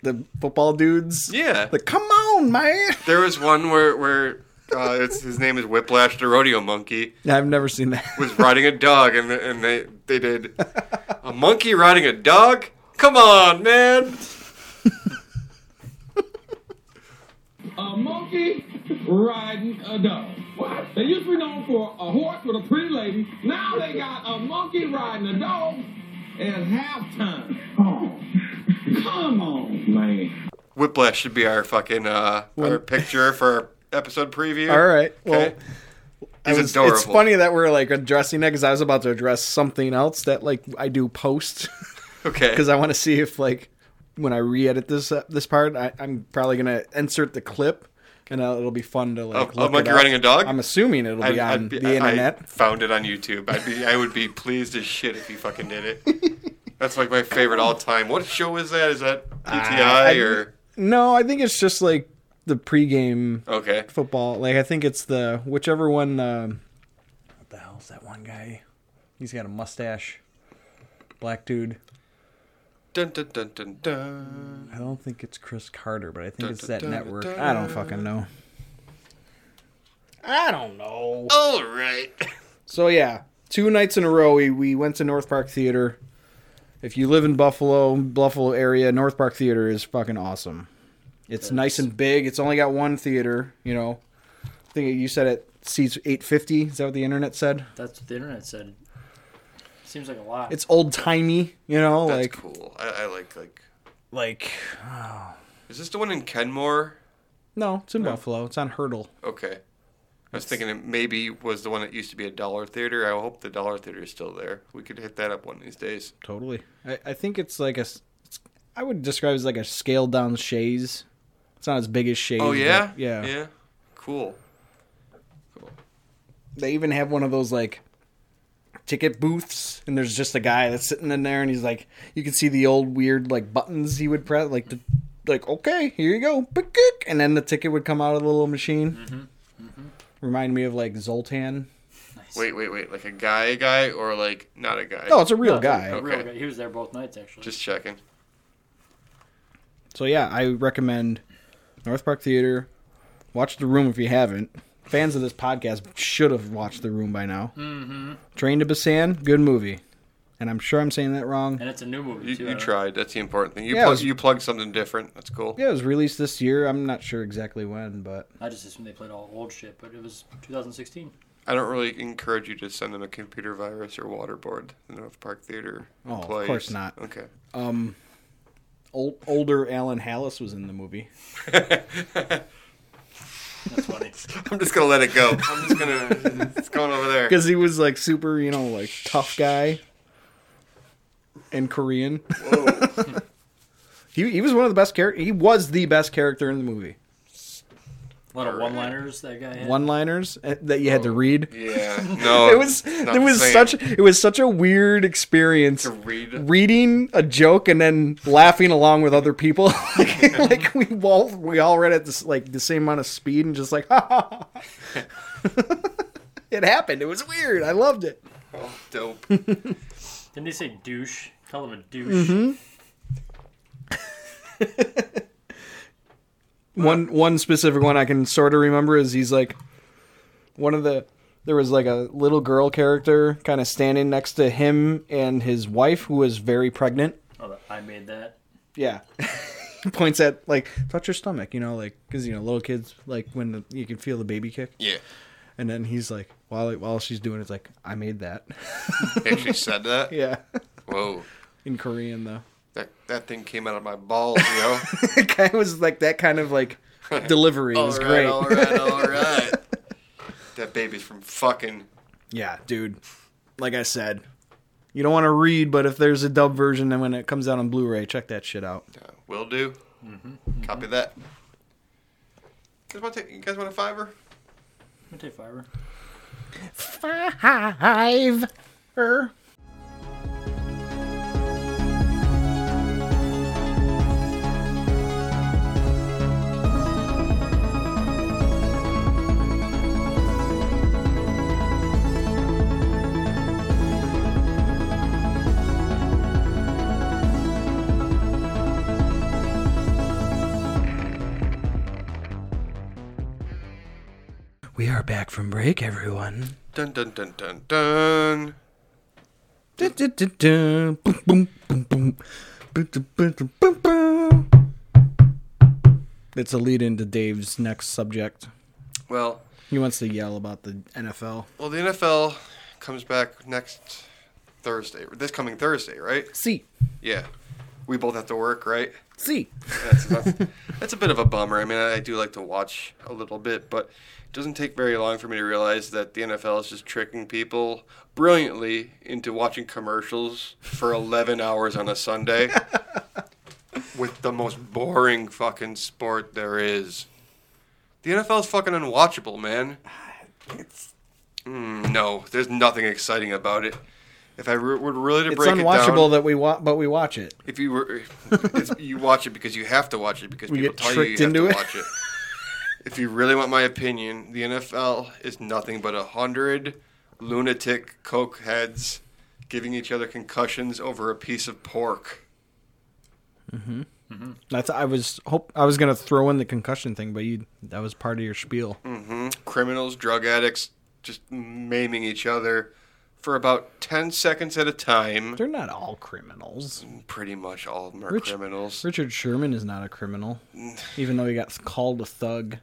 S2: the football dudes.
S1: Yeah.
S2: Like, come on, man.
S1: There was one where where uh, it's his name is Whiplash the rodeo monkey
S2: I've never seen that.
S1: was riding a dog and and they they did a monkey riding a dog. Come on, man.
S7: a monkey riding a dog. What? They used to be known for a horse with a pretty lady. Now they got a monkey riding a dog at halftime. Oh, come on, man.
S1: Whiplash should be our fucking uh, our picture for our episode preview.
S2: all right. Well,
S1: Okay.
S2: I
S1: He's
S2: was-
S1: adorable.
S2: it's funny that we're like addressing that because I was about to address something else that like I do post. (laughs)
S1: Okay.
S2: because I want to see if like when I re-edit this uh, this part, I, I'm probably gonna insert the clip, and uh, it'll be fun to like.
S1: Of- of
S2: look
S1: monkey
S2: it up.
S1: riding a dog?
S2: I'm assuming it'll be
S1: I'd-
S2: on
S1: I'd be-
S2: the
S1: I-
S2: internet.
S1: I found it on YouTube. I'd be, I would be pleased as shit if you fucking did it. That's like my favorite all time. What show is that? Is that
S2: I-
S1: PTI or
S2: no, I think it's just like the pregame
S1: okay?
S2: football. Like I think it's the whichever one. Um, what the hell's that one guy? He's got a mustache. Black dude.
S1: Dun, dun, dun, dun, dun.
S2: I don't think it's Chris Carter, but I think it's that
S1: Dun, dun, dun,
S2: network.
S1: dun.
S2: I don't fucking know. I don't know.
S1: All right.
S2: So yeah, two nights in a row we, we went to North Park Theater. If you live in Buffalo, Buffalo area, North Park Theater is fucking awesome. It's nice and big. It's only got one theater, you know. I think you said it seats 850. Is that what the internet said?
S4: That's what the internet said. Seems like a lot.
S2: It's old-timey, you know,
S1: That's
S2: like
S1: cool. I, I like like.
S2: like oh.
S1: Is this the one in Kenmore?
S2: no, it's in Buffalo. It's on Hurdle.
S1: Okay. I was thinking it maybe was the one that used to be a dollar theater. I hope the dollar theater is still there. We could hit that up one of these days.
S2: Totally. I, I think it's like a s- it's- I would describe it as like a scaled down Shays. It's not as big as Shays.
S1: Oh
S2: but
S1: yeah,
S2: yeah.
S1: yeah. Cool.
S2: they even have one of those like ticket booths and there's just a guy that's sitting in there and he's like you can see the old weird like buttons he would press like the like okay here you go Pick, pick, and then the ticket would come out of the little machine remind me of like zoltan
S1: Wait, wait, wait. Like a guy, guy, or like not a guy?
S2: no it's a real guy
S4: A real
S1: Okay.
S4: guy. He was there both nights actually.
S1: Just checking.
S2: so yeah i recommend north park theater watch the room if you haven't fans of this podcast should have watched the room by now mm-hmm. train to busan good movie and i'm sure i'm saying that wrong
S4: and it's a new movie
S1: You,
S4: too.
S1: you
S4: I don't-
S1: tried. That's the important thing. You
S2: Yeah, it
S1: plug,
S2: was-
S1: you plug something different. That's cool.
S2: Yeah, it was released this year. I'm not sure exactly when, but
S4: I just assumed they played all old shit, but it was 2016.
S1: I don't really encourage you to send them a computer virus or waterboard. The North Park Theater.
S2: Oh, of
S1: employees.
S2: course not.
S1: Okay.
S2: old, older Alan Hallis was in the movie. (laughs)
S4: That's funny.
S1: I'm just gonna let it go. I'm just
S2: (laughs)
S1: gonna. it's going over there.
S2: Because he was like super, you know, like tough guy and Korean. (laughs) he, he was one of the best character. He was the best character in the movie.
S4: a lot of one-liners that guy had.
S2: One liners eh, that you had to read.
S1: Yeah. No.
S2: (laughs) It was
S1: it's not
S2: it was
S1: the same.
S2: such it was such a weird experience
S1: To read.
S2: reading a joke and then laughing along with other people (laughs) like, like we all we all read at this like the same amount of speed and just like (laughs) it happened it was weird i loved it
S1: Oh, dope.
S4: Didn't they say douche? Call
S1: Mm-hmm.
S4: him a douche.
S2: One one specific one I can sort of remember is he's like one of the there was like a little girl character kind of standing next to him and his wife who was very pregnant.
S4: Oh, that- I made that.
S2: Yeah. (laughs) He Points at like touch your stomach, you know, like because you know little kids like when the, you can feel the baby kick,
S1: Yeah.
S2: and then he's like while while she's doing it, it's like I made that, (laughs)
S1: He actually said that.
S2: yeah,
S1: Whoa.
S2: in Korean though.
S1: That that thing came out of my balls, yo.
S2: (laughs) it was like that kind
S1: (laughs)
S2: of like delivery (laughs) It was
S1: All right,
S2: great.
S1: All right,
S2: (laughs)
S1: all right. that baby's from fucking.
S2: Yeah, dude. Like I said, you don't want to read, but if there's a dub version, then when it comes out on Blu-ray, check that shit out.
S1: Uh, will do.
S2: Mm-hmm.
S1: Copy that. You guys, want to take, you guys want a fiver?
S4: I'm gonna take fiber.
S2: Five. Er. We are back from break, everyone.
S1: Dun dun dun dun dun.
S2: Du- du- du- du. Boom, boom, boom, boom. Boom, boom, boom, boom, boom. It's a lead into Dave's next subject.
S1: Well,
S2: He wants to yell about the NFL.
S1: well, the NFL comes back next Thursday. This coming Thursday, right?
S2: See,
S1: Yeah. We both have to work, right?
S2: see.
S1: That's, that's, (laughs) that's a bit of a bummer. I mean, I do like to watch a little bit, but it doesn't take very long for me to realize that the NFL is just tricking people brilliantly into watching commercials for (laughs) 11 hours on a
S2: (laughs)
S1: Sunday with the most boring fucking sport there is. The NFL is fucking unwatchable,
S2: (sighs)
S1: man. Mm, no, there's nothing exciting about it. If I re- were really to
S2: It's
S1: break it down,
S2: unwatchable that we wa- but we watch it.
S1: if you were, it's, you watch it because you have to watch it because
S2: We
S1: people
S2: get
S1: tell you you
S2: tricked
S1: have
S2: into
S1: to
S2: it.
S1: watch it. If you really want my opinion, the NFL is nothing but a hundred lunatic coke heads giving each other concussions over a piece of pork.
S2: That's I was hope I was gonna throw in the concussion thing, but you that was part of your spiel.
S1: Criminals, drug addicts, just maiming each other for about ten seconds at a time.
S2: They're not all criminals.
S1: Pretty much all of them are
S2: Rich-
S1: criminals.
S2: Richard Sherman is not a criminal, even though he got called
S1: (laughs)
S2: a thug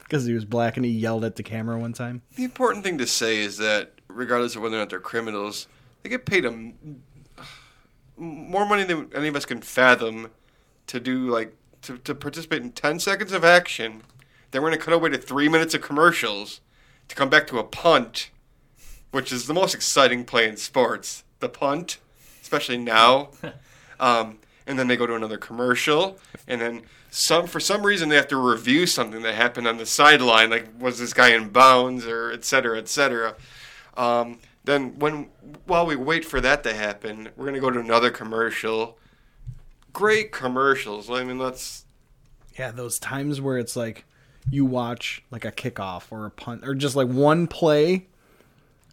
S2: because he was black and he yelled at the camera one time.
S1: The important thing to say is that, regardless of whether or not they're criminals, they get paid a m- more money than any of us can fathom to do like to, to participate in ten seconds of action. Then we're gonna cut away to three minutes of commercials to come back to a punt, which is the most exciting play in sports. The punt, especially now. Um, and then they go to another commercial, and then some for some reason they have to review something that happened on the sideline, like was this guy in bounds or et cetera, et cetera. Um, then when while we wait for that to happen, we're gonna go to another commercial. Great commercials. I mean, that's
S2: Yeah, those times where it's like you watch like a kickoff or a punt or just like one play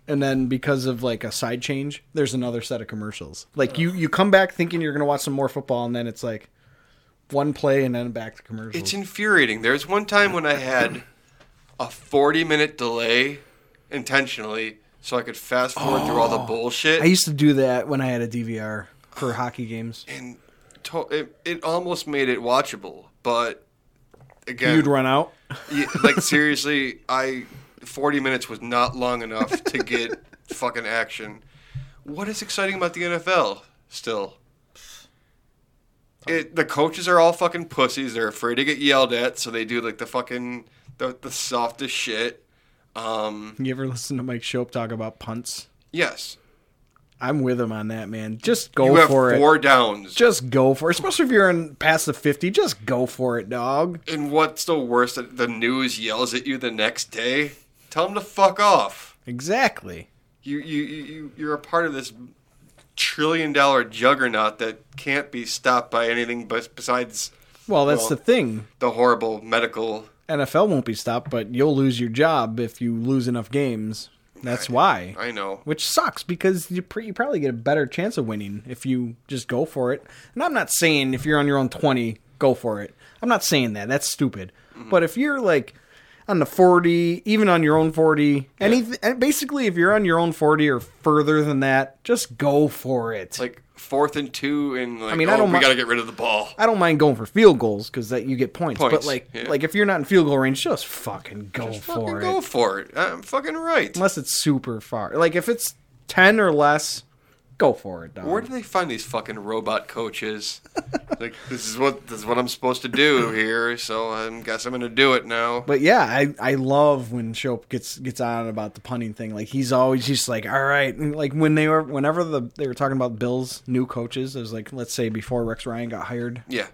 S2: and then because of like a side change, there's another set of commercials. Like you you come back thinking you're going to watch some more football and then it's like one play and then back to commercials.
S1: It's infuriating. There's one time when I had a 40 minute delay intentionally so I could fast forward through all the bullshit.
S2: I used to do that when I had a DVR for hockey games.
S1: and to- it, it almost made it watchable, but again,
S2: You'd run out.
S1: yeah, like seriously, I 40 minutes was not long enough to get
S2: (laughs)
S1: fucking action. What is exciting about the NFL still? It, the coaches are all fucking pussies. They're afraid to get yelled at, so they do like the fucking the, the softest shit. Um,
S2: You ever listen to Mike Shope talk about punts?
S1: yes,
S2: I'm with him on that, man. Just go
S1: you have
S2: for
S1: four
S2: it.
S1: downs.
S2: Just go for it. Especially if you're in past the 50, just go for it, dog.
S1: and what's the worst that the news yells at you the next day? Tell them to fuck off.
S2: Exactly.
S1: you you you- you you're a part of this trillion dollar juggernaut that can't be stopped by anything bes- besides
S2: Well, that's
S1: Well-
S2: the thing.
S1: the horrible medical
S2: NFL won't be stopped, but you'll lose your job if you lose enough games. That's why.
S1: I know.
S2: Which sucks because you, pr- you probably get a better chance of winning if you just go for it. And I'm not saying if you're on your own 20, go for it. I'm not saying that. That's stupid.
S1: Mm-hmm.
S2: But if you're like on the 40, even on your own 40, anything, and basically if you're on your own 40 or further than that, just go for it.
S1: Like fourth and two, and like, I
S2: mean,
S1: mean,
S2: I don't
S1: we
S2: mi-
S1: got to get rid of the ball.
S2: I don't mind going for field goals because that you get points. But
S1: Points,
S2: like,
S1: yeah.
S2: like if you're not in field goal range, just fucking go for
S1: fucking
S2: it.
S1: go for it. I'm fucking right.
S2: Unless it's super far. Like if it's ten or less, go for it. Dog.
S1: Where do they find these fucking robot
S2: (laughs)
S1: coaches? like this is what this is what I'm supposed to do here, so I guess I'm gonna do it now.
S2: But yeah, I, I love when Shope gets gets on about the punting thing. Like he's always just like, all right. And like when they were whenever the they were talking about Bills new coaches, it was like let's say before Rex Ryan got hired,
S1: Yeah,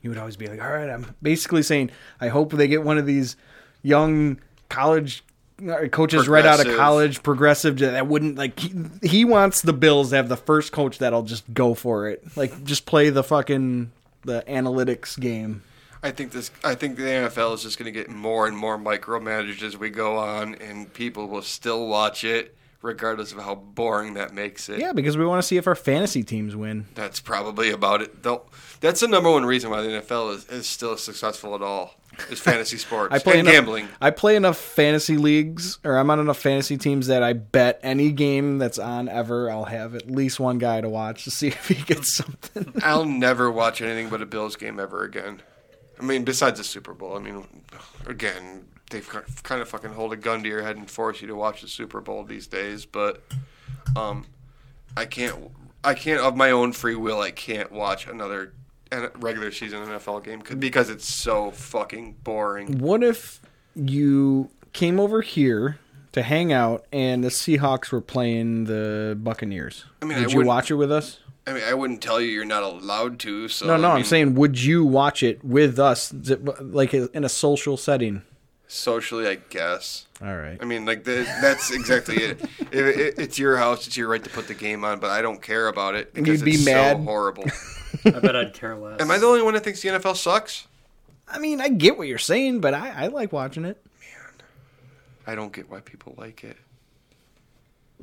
S2: he would always be like, all right, I'm basically saying I hope they get one of these young college uh, coaches right out of
S1: Progressive.
S2: college, progressive that wouldn't like he, he wants the Bills to have the first coach that'll just go for it, like just play the fucking the analytics game.
S1: I think this. I think the NFL is just gonna get more and more micromanaged as we go on, and people will still watch it regardless of how boring that makes it.
S2: Yeah, because we want to see if our fantasy teams win.
S1: That's probably about it. Though that's the number one reason why the NFL is, is still successful at all is
S2: (laughs)
S1: fantasy sports
S2: I play
S1: and
S2: enough,
S1: gambling.
S2: I play enough fantasy leagues, or I'm on enough fantasy teams that I bet any game that's on ever, I'll have at least one guy to watch to see (laughs) if he gets something.
S1: I'll never watch anything but a Bills game ever again. I mean, besides the Super Bowl. I mean, again, they kind of fucking hold a gun to your head and force you to watch the Super Bowl these days. But um, I can't. I can't of my own free will. I can't watch another an- regular season NFL game 'cause- because it's so fucking boring.
S2: what if you came over here to hang out and the Seahawks were playing the Buccaneers?
S1: I mean, I
S2: Did you
S1: wouldn't-
S2: watch it with us?
S1: I mean, I wouldn't tell you you're not allowed to. So
S2: No, no,
S1: I
S2: I'm
S1: mean,
S2: saying, would you watch it with us, th- like in a social setting?
S1: socially, I guess.
S2: All right.
S1: I mean, like the, that's exactly it. If it. It's your house. It's your right to put the game on, but I don't care about it because
S2: You'd be
S1: it's
S2: mad.
S1: so horrible.
S4: I bet I'd care less.
S1: Am I the only one that thinks the NFL sucks?
S2: I mean, I get what you're saying, but I, I like watching it.
S1: I don't get why people like it.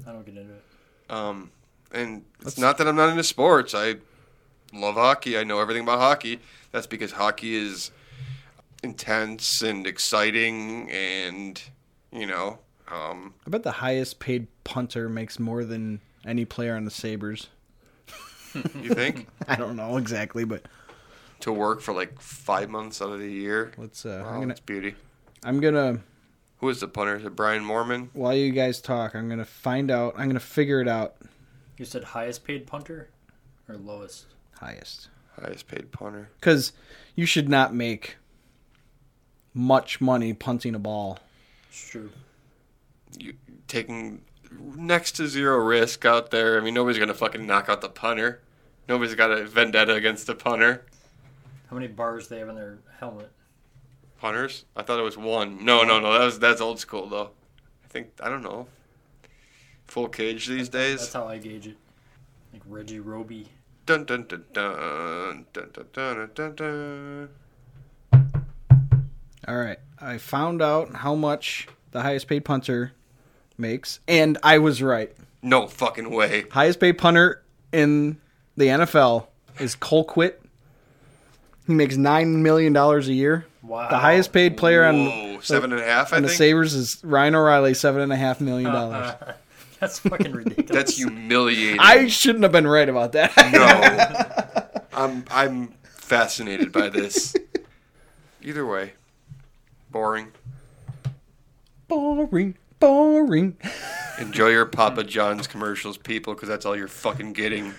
S4: I don't get into it.
S1: Um, and it's not that I'm not into sports. I love hockey. I know everything about hockey. That's because hockey is intense and exciting, and you know, um,
S2: I bet the highest paid punter makes more than any player on the Sabres. (laughs)
S1: you think
S2: I don't know exactly, but
S1: to work for like five months out of the year.
S2: let's uh
S1: Wow,
S2: I'm gonna
S1: that's beauty.
S2: I'm gonna
S1: Who is the punter? Is it Brian Mormon?
S2: while you guys talk, I'm gonna find out I'm gonna figure it out
S4: You said highest paid punter or lowest?
S2: highest.
S1: Highest paid punter.
S2: Cause you should not make much money punting a ball.
S4: It's true.
S1: You taking next to zero risk out there. I mean, nobody's gonna fucking knock out the punter. Nobody's got a vendetta against the punter.
S4: How many bars they have in their helmet?
S1: Punters? I thought it was one. No, no, no. That was that's old school though. I think I don't know. Full cage these
S4: That's
S1: days.
S4: how I gauge it. Like Reggie Roby.
S1: Dun dun dun dun dun dun dun dun. dun.
S2: Alright. I found out how much the highest paid punter makes, and I was right.
S1: No fucking way.
S2: highest paid punter in the NFL is Colquitt. He makes nine million dollars a year.
S4: Wow.
S2: The highest paid player on
S1: Whoa, seven and a half. I
S2: on the
S1: think
S2: Sabres is Ryan O'Reilly, seven and a half million
S1: (laughs)
S2: dollars.
S4: That's fucking ridiculous.
S1: that's humiliating.
S2: I shouldn't have been right about that.
S1: No. I'm I'm fascinated by this. Either way, boring.
S2: (laughs) boring, boring.
S1: Enjoy your Papa John's commercials, people, because that's all you're fucking getting.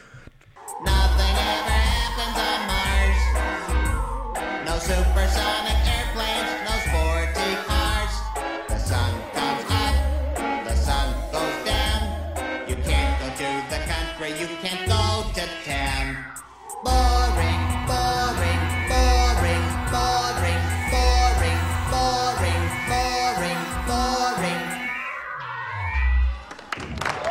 S8: Nothing ever happens on Mars. No supersonic airplanes, no sporty cars. The sun comes up, the sun goes down. You can't go to the country, you can't go to town. Boring, boring, boring, boring, boring, boring, boring, boring.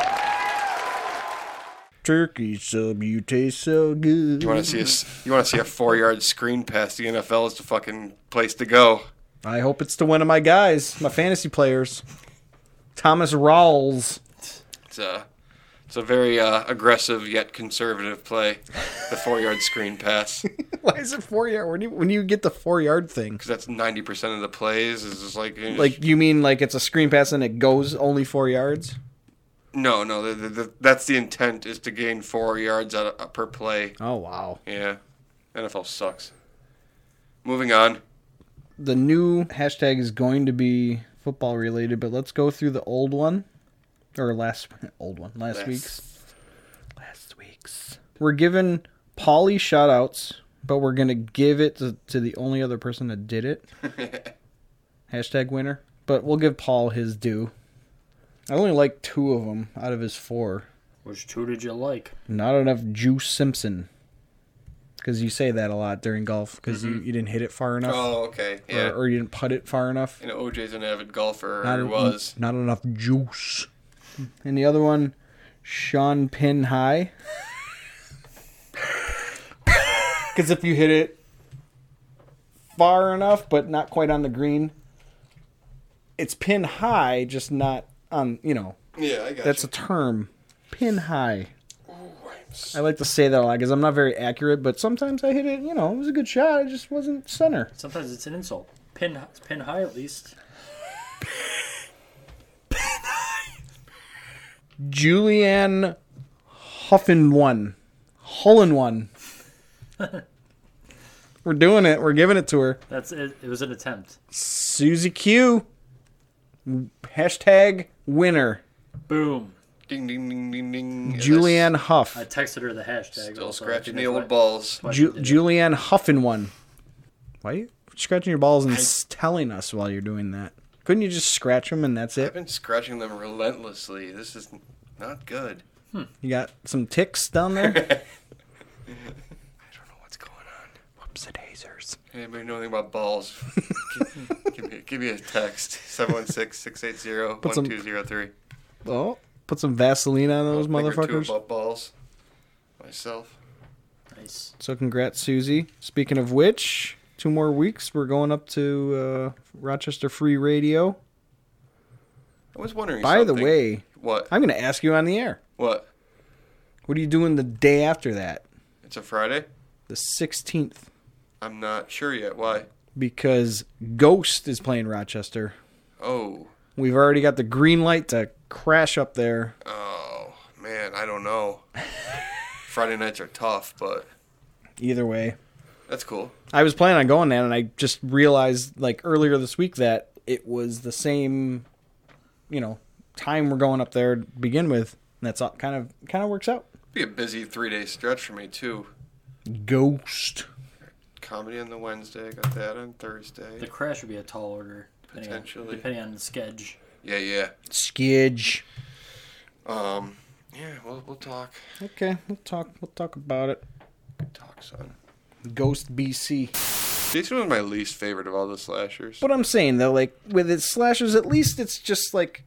S2: Turkey sub, you taste so good.
S1: You want to see a s- you want to see a four yard screen pass? The NFL is the fucking place to go.
S2: I hope it's to one of my guys, my fantasy players. Thomas Rawls.
S1: It's a, it's a very uh, aggressive yet conservative play. The four yard screen pass.
S2: (laughs) Why is it four yard? When you, when you get the four yard thing,
S1: Because that's 90% of the plays. Is just like.
S2: like you mean like it's a screen pass and it goes only four yards?
S1: No, no. The, the, the, that's the intent is to gain four yards out of, per play.
S2: Oh wow!
S1: Yeah. NFL sucks. Moving on.
S2: The new hashtag is going to be football related, but let's go through the old one or last (laughs) old one last
S1: Last.
S2: week's. Last week's. We're giving Polly shoutouts, but we're gonna give it to, to the only other person that did it.
S1: (laughs)
S2: hashtag winner, but we'll give Paul his due. I only like two of them out of his four.
S4: (laughs) Which two did you like?
S2: Not enough Juice Simpson. Because you say that a lot during golf because you, you didn't hit it far enough
S1: Mm-hmm. Oh, okay. Yeah.
S2: or, or you didn't putt it far enough.
S1: you know, OJ's an avid golfer.
S2: Not
S1: or
S2: en-
S1: was.
S2: Not enough juice. And the other one, Sean Pin High. Because if you hit it far enough but not quite on the green, it's pin high, just not on, you know,
S1: Yeah, I got
S2: that's a
S1: you.
S2: term. Pin high.
S1: That's
S2: I like to say that a lot because I'm not very accurate, but sometimes I hit it. You know, it was a good shot. I just wasn't center.
S4: Sometimes it's an insult. Pin, it's pin high at least.
S2: Julianne Huffin one, Holland one. We're doing it. We're giving it to her.
S4: That's it. It was an attempt.
S2: Susie Q. Hashtag winner.
S4: Boom.
S1: Ding, ding, ding, ding, ding. As I
S2: Julianne Huff.
S4: I texted her the hashtag.
S1: Still
S4: also.
S1: scratching the
S4: That's
S1: old
S4: why-
S1: balls.
S4: why she
S2: Ju-
S4: did it.
S2: Julianne Huffin one. Why are you scratching your balls and s telling us while you're doing that? Couldn't you just scratch them and that's
S1: I've
S2: it?
S1: been scratching them relentlessly. This is not good.
S2: You got some ticks down there?
S1: I don't know what's going on.
S2: Whoops, it hazers.
S1: Anybody know anything about balls?
S2: (laughs)
S1: give, give me, give me a text. 716-680-1203.
S2: Oh, put some Vaseline on those
S1: Think or two
S2: motherfuckers.
S1: about balls. Myself.
S4: Nice.
S2: So congrats, Susie. Speaking of which, two more weeks we're going up to uh, Rochester Free Radio.
S1: I was wondering
S2: By the
S1: something.
S2: way,
S1: What?
S2: I'm going to ask you on the air.
S1: What?
S2: What are you doing the day after that,
S1: It's a Friday?
S2: the 16th?
S1: I'm not sure yet. Why?
S2: Because Ghost is playing Rochester.
S1: Oh.
S2: We've already got the green light to crash up there.
S1: Oh, man. I don't know. Friday nights are tough, but
S2: Either way,
S1: that's cool.
S2: I was planning on going that, and I just realized like earlier this week that it was the same, you know, time we're going up there to begin with. And that's all, kind of kind of works out.
S1: Be a busy three-day stretch for me, too.
S2: Ghost.
S1: Comedy on the Wednesday. I got that on Thursday.
S4: The crash would be a tall order. depending on-
S1: Potentially.
S4: Depending on the sketch.
S1: Yeah, yeah.
S2: Skidge.
S1: Um, yeah, we'll, we'll talk.
S2: Okay, we'll talk. We'll talk about it.
S1: Talk, son.
S2: Ghost BC.
S1: Jason was my least favorite of all the slashers.
S2: What I'm saying though, like with its slashers, at least it's just like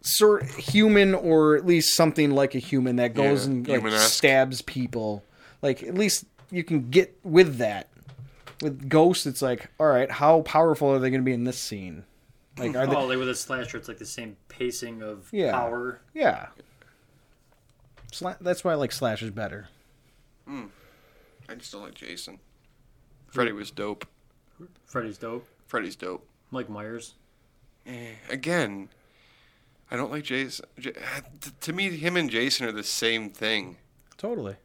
S2: sort human, or at least something like a human that goes
S1: Yeah,
S2: and like
S1: human-esque.
S2: stabs people. Like at least you can get with that. With Ghost, it's like, all right, how powerful are they going to be in this scene? Like, are
S4: oh,
S2: they?
S4: like with a slasher, it's like the same pacing of
S2: Yeah.
S4: power.
S2: Yeah. Sla- that's why I like slashers better.
S1: I just don't like Jason. Freddy was dope.
S4: Freddy's dope.
S1: Freddy's dope.
S4: Mike Myers.
S1: Again, I don't like Jason. J- t- to me, him and Jason are the same thing.
S2: Totally.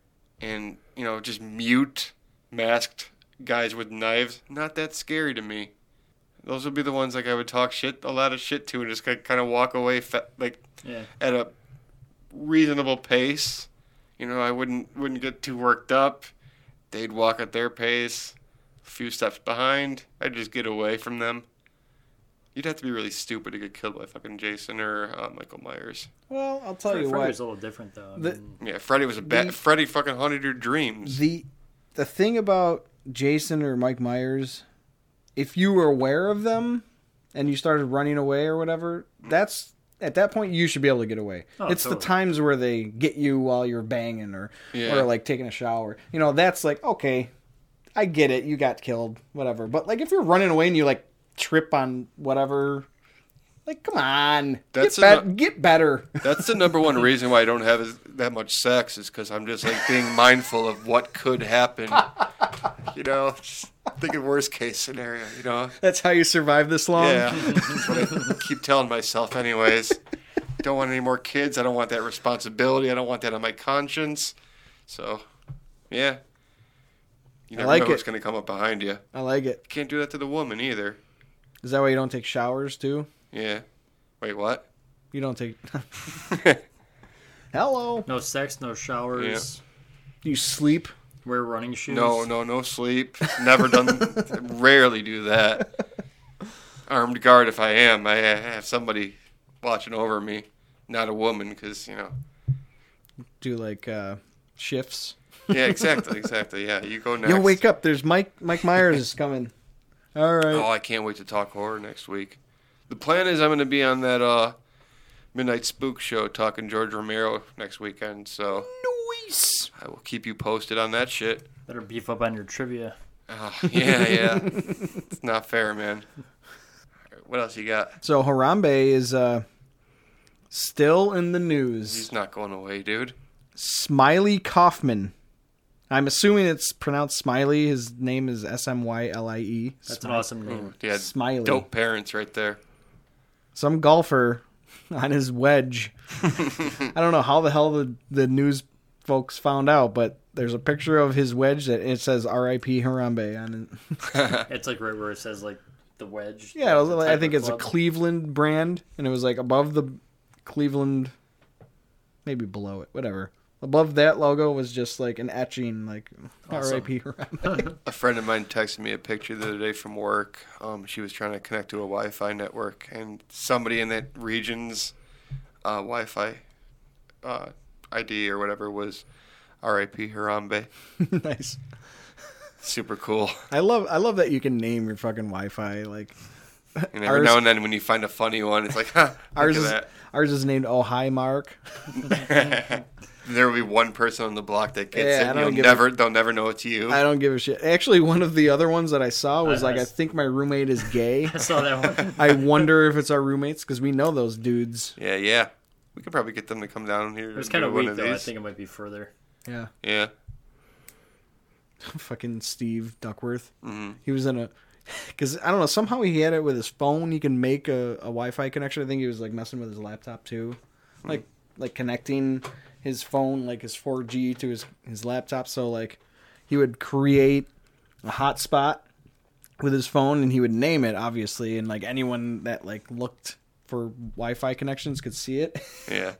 S1: And, you know, just mute, masked guys with knives, not that scary to me. Those would be the ones like I would talk shit, a lot of shit to, and just kind of walk away, fa- like
S4: Yeah.
S1: at a reasonable pace. You know, I wouldn't wouldn't get too worked up. They'd walk at their pace, a few steps behind. I'd just get away from them. You'd have to be really stupid to get killed by fucking Jason or uh, Michael Myers.
S2: Well, I'll tell
S4: Freddy
S2: you
S4: was
S2: what.
S4: a little different though. I
S2: The-
S4: mean,
S1: Yeah, Freddy was a bad. Freddy fucking haunted your dreams.
S2: The the thing about Jason or Mike Myers, if you were aware of them and you started running away or whatever, that's at that point you should be able to get away.
S4: Oh,
S2: it's the
S4: totally.
S2: times where they get you while you're banging or
S1: Yeah.
S2: or like taking a shower. You know, that's like okay, I get it. You got killed, whatever. But like if you're running away and you like trip on whatever Like, come on,
S1: That's
S2: get, bet-
S1: enough-
S2: get better.
S1: That's the number one reason why I don't have as- that much sex is because I'm just like being mindful of what could happen. You know, just thinking worst case scenario. You know,
S2: That's how you survive this long.
S1: yeah. That's what I keep telling myself, anyways. Don't want any more kids. I don't want that responsibility. I don't want that on my conscience. So, yeah. You never
S2: like
S1: know who's
S2: it.
S1: going to come up behind you.
S2: I like it.
S1: Can't do that to the woman either.
S2: Is that why you don't take showers too?
S1: Yeah. Wait,
S2: (laughs)
S1: what?
S2: You don't take. (laughs) Hello.
S4: No sex, no showers.
S2: You sleep.
S4: Wear running shoes.
S1: No, no, no sleep. Never done. rarely do that. Armed guard, if I am, I have somebody watching over me, not a woman, because you know.
S2: Do like uh, shifts.
S1: Yeah, exactly, exactly. Yeah, you go next.
S2: Yo, wake up! There's Mike. Mike Myers is coming. (laughs) All right.
S1: Oh, I can't wait to talk horror next week. The plan is I'm going to be on that uh, midnight spook show talking George Romero next weekend, so
S2: Noise.
S1: I will keep you posted on that shit.
S4: Better beef up on your trivia.
S1: Ah, yeah, yeah, it's not fair, man. Alright, What else you got?
S2: So Harambe is uh, still in the news.
S1: He's not going away, dude.
S2: Smiley Kaufman. I'm assuming it's pronounced Smiley. His name is S M Y L I E.
S4: That's an awesome name.
S1: Yeah,
S2: Smiley.
S1: dope parents right there.
S2: Some golfer (laughs) on his wedge. I don't know how the hell the, the news folks found out, but there's a picture of his wedge that it says R.I.P. Harambe on it.
S1: Oh.
S4: It's like right where it says like the wedge.
S2: Yeah, it was,
S4: the
S2: like-
S4: type
S2: I
S4: of
S2: think it's a
S4: club.
S2: Cleveland brand, and it was like above the Cleveland, maybe below it, whatever. Above that logo was just like an etching, like R.I.P. Harambe. (laughs)
S1: A friend of mine texted me a picture the other day from work. Um, she was trying to connect to a Wi-Fi network, and somebody in that region's uh, Wi-Fi uh, ID or whatever was R.I.P. Harambe.
S2: (laughs) nice.
S1: Super
S2: (laughs)
S1: cool.
S2: I love I love that you can name your fucking Wi-Fi. Like
S1: And every
S2: Ours-
S1: now and then, when you find a funny one, it's like, (laughs) huh, look
S2: ours
S1: at
S2: is
S1: that.
S2: ours is named Oh Hi (laughs) Mark. (laughs)
S1: There will be one person on the block that gets
S2: Yeah, I
S1: it. and
S2: don't
S1: You'll
S2: give a-
S1: never, they'll never know it's you.
S2: I don't give a shit. Actually, one of the other ones that I saw was like I
S4: that's-
S2: think my roommate is (laughs) gay.
S4: I saw
S1: (laughs)
S4: that one.
S2: I wonder if it's our roommates because we know those dudes.
S1: Yeah, yeah. We could probably get them to come down here.
S4: It was
S1: and
S4: kind
S1: do
S4: of
S1: one
S4: weak though. I
S1: these.
S4: think it might be further. (laughs)
S2: Yeah,
S1: Yeah.
S2: fucking Steve Duckworth. He was in a (laughs) because I don't know somehow he had it with his phone. He can make a, a Wi-Fi connection. I think he was like messing with his laptop too, like like connecting his phone like his 4G to his his laptop. So like he would create a hotspot with his phone and he would name it obviously and like anyone that like looked for Wi-Fi connections could see it. (laughs)
S1: Yeah.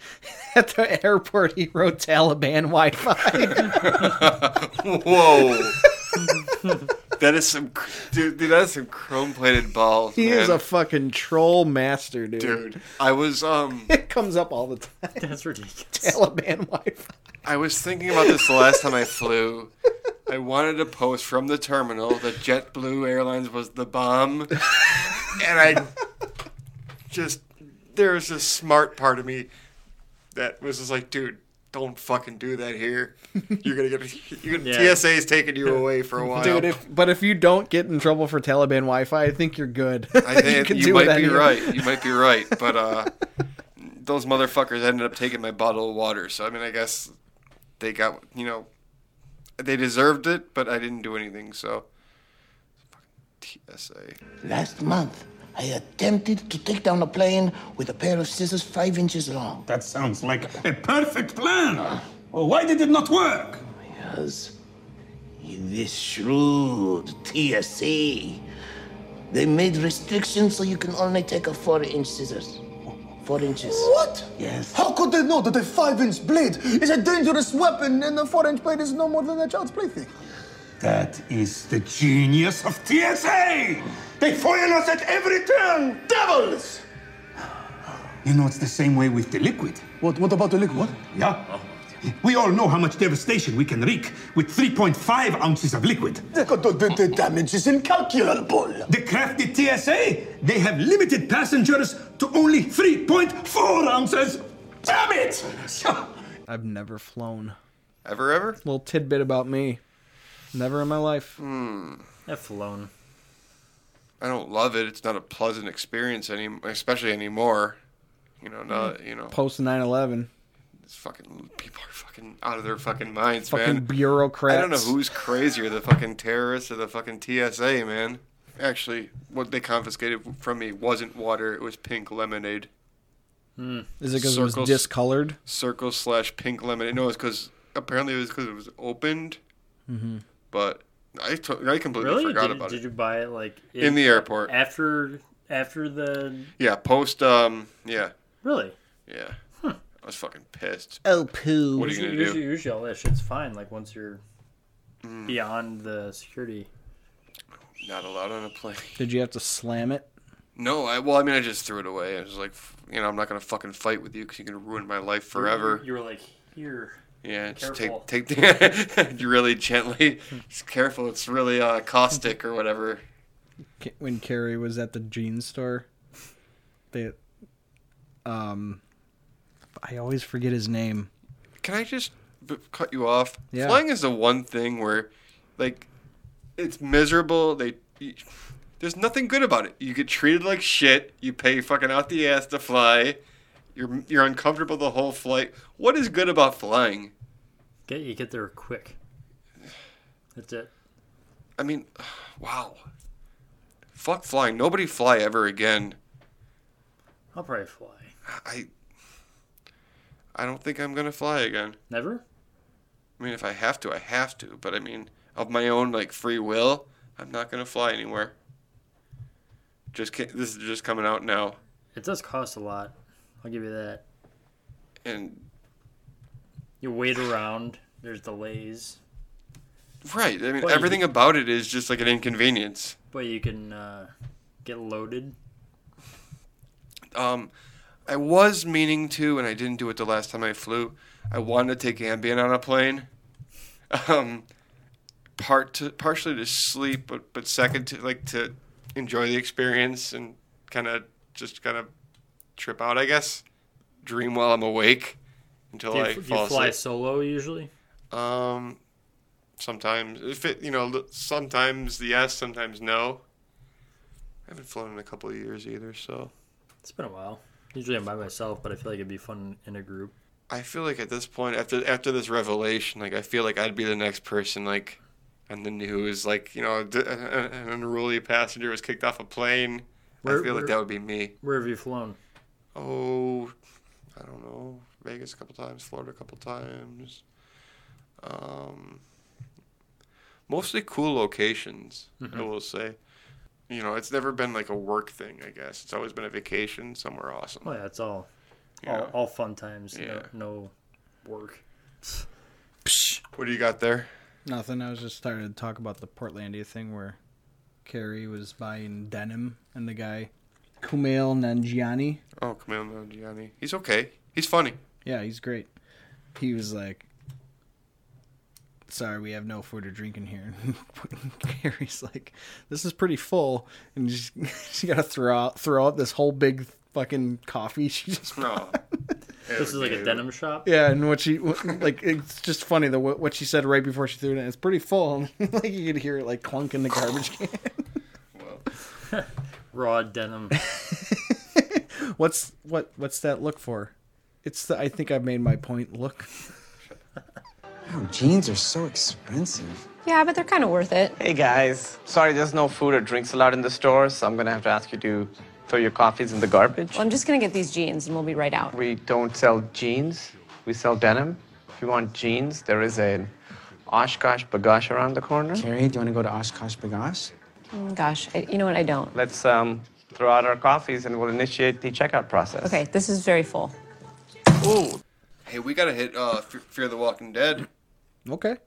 S2: At the airport, he wrote Taliban Wi-Fi. (laughs)
S1: Whoa. that is some cr- dude, dude that is some chrome plated balls.
S2: he is
S1: man.
S2: a fucking troll master, dude.
S1: dude. I was um
S2: (laughs) It comes up all the time.
S4: That's ridiculous.
S2: Taliban Wi-Fi.
S1: I was thinking about this the last time I flew. I wanted to post from the terminal that JetBlue Airlines was the bomb. And I just there's this smart part of me that was just like, dude, don't fucking do that here. You're gonna get you're gonna,
S4: Yeah.
S1: TSA's taking you away for a while.
S2: Dude, if but if you don't get in trouble for Taliban Wi-Fi, I think you're good. (laughs)
S1: I think
S2: could
S1: you,
S2: do
S1: might
S2: without
S1: be
S2: it. (laughs)
S1: right. You might be right, but uh, those motherfuckers ended up taking my bottle of water. So I mean, I guess they got you know they deserved it, but I didn't do anything. So Fucking TSA.
S9: Last month, I attempted to take down a plane with a pair of scissors five inches long.
S10: That sounds like a perfect plan. Well, why did it not work?
S9: Because this shrewd TSA, they made restrictions so you can only take a four inch scissors. Four inches.
S10: What?
S9: Yes.
S10: How could they know that a five-inch blade is a dangerous weapon and a four-inch blade is no more than a child's plaything? That is the genius of TSA! They foil us at every turn! Devils! You know, it's the same way with the liquid. What, what about the liquid? Yeah. We all know how much devastation we can wreak with 3.5 ounces of liquid. The, damage is incalculable. The crafty TSA, they have limited passengers to only 3.4 ounces. Damn it!
S2: I've never flown.
S1: Ever ever?
S2: Little
S1: Hmm.
S2: tidbit about me. Never in my life.
S4: I've flown.
S1: I don't love it. It's not a pleasant experience any, especially anymore. You know,
S2: Mm.
S1: not you know,
S2: Post 9/11.
S1: it's fucking people are fucking out of their fucking minds,
S2: Fucking
S1: man.
S2: bureaucrats.
S1: I don't know who's crazier, the fucking terrorists or the fucking TSA, man. Actually, what they confiscated from me wasn't water; it was pink lemonade.
S2: Is it because it was
S1: Circles-
S2: discolored?
S1: Circle slash pink lemonade. No, it's because apparently it was because it was opened,
S2: Mm-hmm.
S1: but I to- I completely
S4: Really?
S1: forgot
S4: did,
S1: about
S4: did
S1: it.
S4: you buy it like
S1: In the airport.
S4: after after the
S1: Yeah, post. Um, yeah,
S4: really?
S1: yeah.
S4: Huh.
S1: I was fucking pissed.
S2: Oh poo!
S1: What are you
S4: usually,
S1: gonna do? Mm.
S4: Usually, usually all that shit's fine. Like once you're beyond the security.
S1: Not allowed on a plane. (laughs)
S2: Did you have to slam it?
S1: No, I well, I mean, I just threw it away. I was like, f- you know, I'm not gonna fucking fight with you because you're gonna ruin my life forever.
S4: You were like here.
S1: Yeah, just
S4: Careful.
S1: take take the (laughs) really gently. Just careful. It's really uh, caustic or whatever.
S2: Ca- When Carrie was at the jean store, they, um, I always forget his name.
S1: Can I just b- cut you off?
S2: Yeah.
S1: Flying is the one thing where, like, it's miserable. They, you, there's nothing good about it. You get treated like shit. You pay fucking out the ass to fly. You're you're uncomfortable the whole flight. What is good about flying?
S4: Get you get there quick. That's it.
S1: I mean, (sighs) wow. Fuck flying. Nobody fly ever again.
S4: I'll probably fly.
S1: I I don't think I'm gonna fly again.
S4: Never.
S1: I mean, if I have to, I have to. But I mean, of my own like free will, I'm not gonna fly anywhere. Just ca this is just coming out now,
S4: It does cost a lot. I'll give you that.
S1: and
S4: You wait around. There's delays,
S1: right. I mean,
S4: Well, you-
S1: everything about it is just like an inconvenience.
S4: but you can uh, get loaded.
S1: Um, I was meaning to, and I didn't do it the last time I flew. I wanted to take Ambien on a plane. Um, part to, partially to sleep, but but second to like to enjoy the experience and kind of just kind of trip out, I guess. Dream while I'm awake until
S4: Do you,
S1: I
S4: do you
S1: fall
S4: fly
S1: asleep.
S4: solo usually?
S1: Um, sometimes if it you know li- sometimes yes, sometimes no. I haven't flown in a couple of years either, so.
S4: It's been a while. Usually I'm by myself, but I feel like it'd be fun in a group.
S1: I feel like at this point, after after this revelation, like I feel like I'd be the next person, like on the news, like you know, d- an an unruly passenger was kicked off a plane. I
S4: Where-
S1: feel like
S4: where-
S1: that would be me.
S4: Where have you flown?
S1: Oh, I don't know, Vegas a couple times, Florida a couple times, um, mostly cool locations. I
S4: Mhm.
S1: will say, you know, it's never been like a work thing. I guess it's always been a vacation somewhere awesome.
S4: Oh yeah, it's all
S1: Yeah.
S4: all, all fun times.
S1: Yeah.
S4: No, no work.
S1: What do you got there?
S2: Nothing. I was just starting to talk about the Portlandia thing where Carrie was buying denim and the guy Kumail Nanjiani.
S1: Oh, Camille Nanjiani. He's okay. He's funny.
S2: Yeah, he's great. He was like, "Sorry, we have no food or drink in here." (laughs) Carrie's like, "This is pretty full," and she's, (laughs) she got to throw out throw out this whole big fucking coffee. (laughs) She
S1: (laughs)
S2: just
S1: No.
S4: This is like a denim shop.
S2: yeah, and what she what- like it's just funny the what what she said right before she threw it. in, It's pretty full. (laughs) like you could hear it like clunk in the garbage can.
S4: Raw denim.
S2: What's what what's that look for? It's the I think I've made my point look.
S11: Wow, jeans are so expensive.
S12: Yeah, but they're kind of worth it.
S5: Hey guys, sorry there's no food or drinks allowed in the store, so I'm gonna have to ask you to throw your coffees in the garbage.
S12: Well, I'm just gonna get these jeans and we'll be right out.
S5: We don't sell jeans, we sell denim. If you want jeans, there is an Oshkosh Bagosh around the corner.
S11: Carrie, do you want to go to Oshkosh Bagosh?
S12: Mm, Gosh, I, you know what? I don't.
S5: Let's um, throw out our coffees and we'll initiate the checkout process.
S12: Okay, this is very full.
S1: Ooh. Hey, we gotta hit uh, Fe- Fear the Walking Dead.
S2: Okay.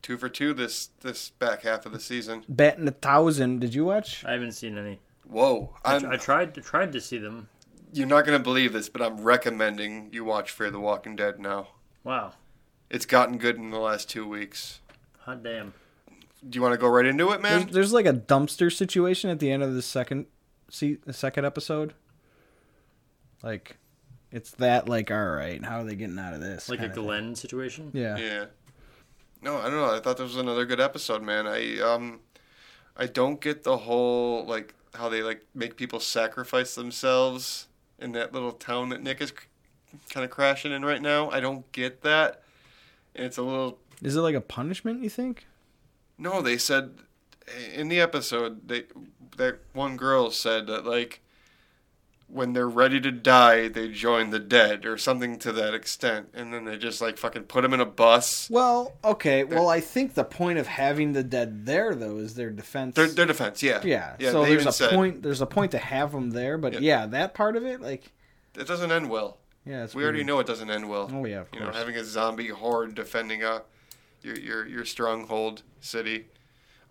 S1: Two for two this this back half of the season.
S2: Batting a thousand. Did you watch?
S4: I haven't seen any.
S1: Whoa!
S4: I,
S1: I'm,
S4: tr- I tried to tried to see them.
S1: you're not gonna believe this, but I'm recommending you watch Fear the Walking Dead now.
S4: Wow,
S1: It's gotten good in the last two weeks.
S4: hot damn!
S1: Do you want to go right into it, man?
S2: There's, there's like a dumpster situation at the end of the second see the second episode. Like, it's that like all right. How are they getting out of this?
S4: Like a
S2: kinda thing.
S4: Glenn situation.
S2: Yeah.
S1: Yeah. No, I don't know. I thought this was another good episode, man. I um, I don't get the whole like how they like make people sacrifice themselves in that little town that Nick is kind of crashing in right now. I don't get that. And it's a little
S2: Is it like a punishment? You think?
S1: no, they said in the episode they that one girl said that like when they're ready to die, they join the dead or something to that extent, and then they just like fucking put them in a bus.
S2: Well, okay. Well, I think the point of having the dead there though is their defense.
S1: Their, their defense, yeah,
S2: yeah.
S1: yeah.
S2: so
S1: they
S2: there's
S1: even
S2: a
S1: said,
S2: point. There's a point to have them there, but
S1: Yeah.
S2: yeah, that part of it, like,
S1: It doesn't end well.
S2: yeah, it's
S1: we already
S2: weird.
S1: know it doesn't end well.
S2: Mm. Oh, yeah, of
S1: you know,
S2: course.
S1: having a zombie horde defending a your your your stronghold city.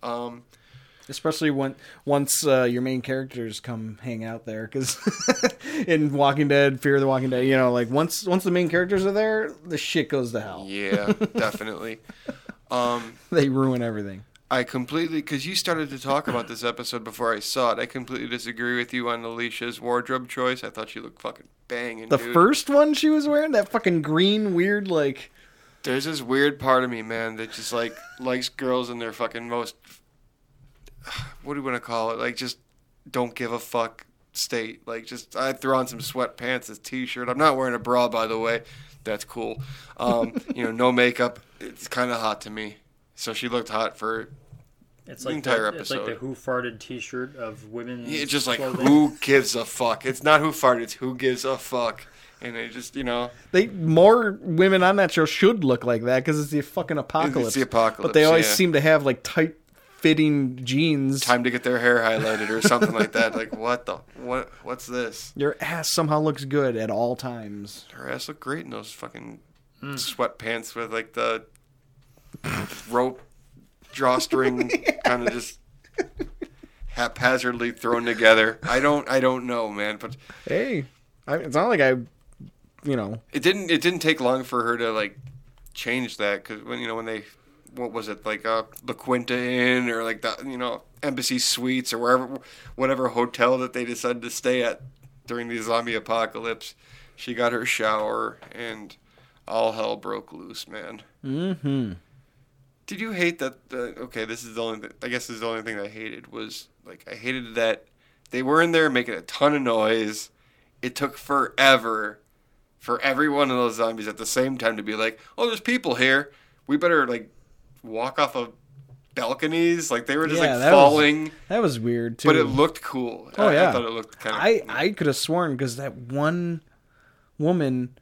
S1: Um,
S2: Especially when once uh, your main characters come hang out there, because (laughs) in Walking Dead, Fear of the Walking Dead, you know, like once once the main characters are there, the shit goes to hell. (laughs)
S1: yeah, definitely. Um,
S2: they ruin everything.
S1: I completely because you started to talk about this episode before I saw it. I completely disagree with you on Alicia's wardrobe choice. I thought she looked fucking banging.
S2: The
S1: dude.
S2: first one she was wearing, that fucking green, weird, like
S1: There's this weird part of me, man, that just like likes girls in their fucking most. What do you want to call it? Like just don't give a fuck state. Like just I throw on some sweatpants, this t-shirt. I'm not wearing a bra, by the way. That's cool. Um, you know, no makeup. It's kind of hot to me. So she looked hot for
S4: It's
S1: the
S4: like
S1: entire
S4: the,
S1: episode.
S4: It's like the who farted T-shirt of women.
S1: Yeah, It's just like who gives a fuck. It's not who farted. It's who gives a fuck. And it just you know
S2: they more women on that show should look like that because it's the fucking apocalypse.
S1: It's the apocalypse,
S2: But they always
S1: yeah.
S2: seem to have like tight fitting jeans.
S1: time to get their hair highlighted or something like that. Like what the what what's this?
S2: Your ass somehow looks good at all times.
S1: Her ass looked great in those fucking sweatpants with like the rope drawstring kind of just haphazardly thrown together. I don't I don't know, man, but
S2: Hey, I, it's not like I, you know,
S1: it didn't it didn't take long for her to like change that because when you know when they what was it like uh La Quinta Inn or like the you know Embassy Suites or wherever whatever hotel that they decided to stay at during the zombie apocalypse, she got her shower and all hell broke loose, man.
S2: mm-hmm.
S1: Did you hate that? Uh, okay, this is the only. I guess this is the only thing I hated was like I hated that they were in there making a ton of noise. It took forever for every one of those zombies at the same time to be like, "Oh, there's people here. We better like walk off of balconies." Like they were just like
S2: that
S1: falling,
S2: Was, that was weird too.
S1: but it looked cool.
S2: Oh
S1: I,
S2: yeah,
S1: I thought it looked kind of.
S2: I I could have sworn because that one woman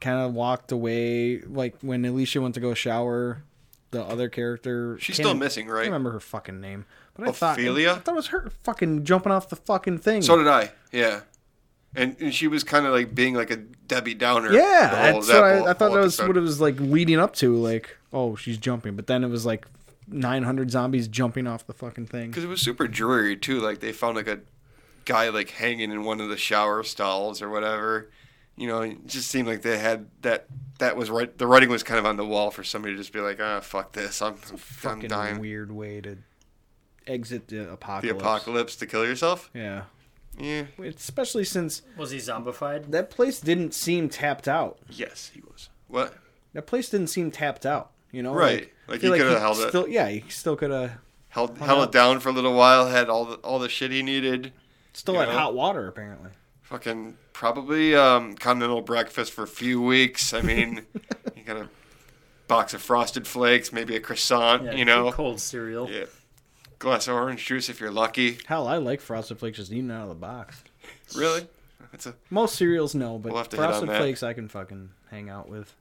S2: kind of walked away. Like when Alicia went to go shower, the other character.
S1: She's
S2: can't-
S1: still missing, right?
S2: I can't remember her fucking name, but I thought
S1: Ophelia?
S2: I thought it was her fucking jumping off the fucking thing.
S1: So did I. Yeah. And, and she was kind of like being like a Debbie Downer.
S2: yeah,
S1: the whole-
S2: that's what I,
S1: whole-
S2: I thought
S1: whole
S2: that was
S1: episode.
S2: what it was like leading up to. Like, oh, she's jumping, but then it was like 900 zombies jumping off the fucking thing.
S1: Because it was super dreary too. Like they found like a guy like hanging in one of the shower stalls or whatever. You know, it just seemed like they had that. That was right. The writing was kind of on the wall for somebody to just be like, ah, fuck this. I'm, I'm
S2: Fucking
S1: dying.
S2: weird way to exit the
S1: The
S2: apocalypse.
S1: apocalypse to kill yourself.
S2: Yeah.
S1: Yeah.
S2: Especially since
S4: was he zombified?
S2: that place didn't seem tapped out.
S1: Yes, he was. What?
S2: That place didn't seem tapped out. You know,
S1: Right.
S2: I
S1: Like,
S2: feel
S1: he coulda held it.
S2: still, Yeah, he still could have
S1: Held
S2: Hung
S1: held
S2: out.
S1: it down for a little while. Had all the all the shit he needed.
S2: still
S1: You
S2: had
S1: know?
S2: hot water apparently.
S1: Fucking probably um, continental breakfast for a few weeks. I
S2: (laughs)
S1: mean, you got a box of frosted flakes, maybe a croissant.
S4: Yeah,
S1: you know,
S4: cold cereal.
S1: Yeah. Glass of orange juice if you're lucky.
S2: Hell, I like Frosted Flakes just eating out of the box.
S1: Really? That's a
S2: Most cereals, no, but
S1: We'll have to hit on
S2: Frosted
S1: that.
S2: Flakes I can fucking hang out with.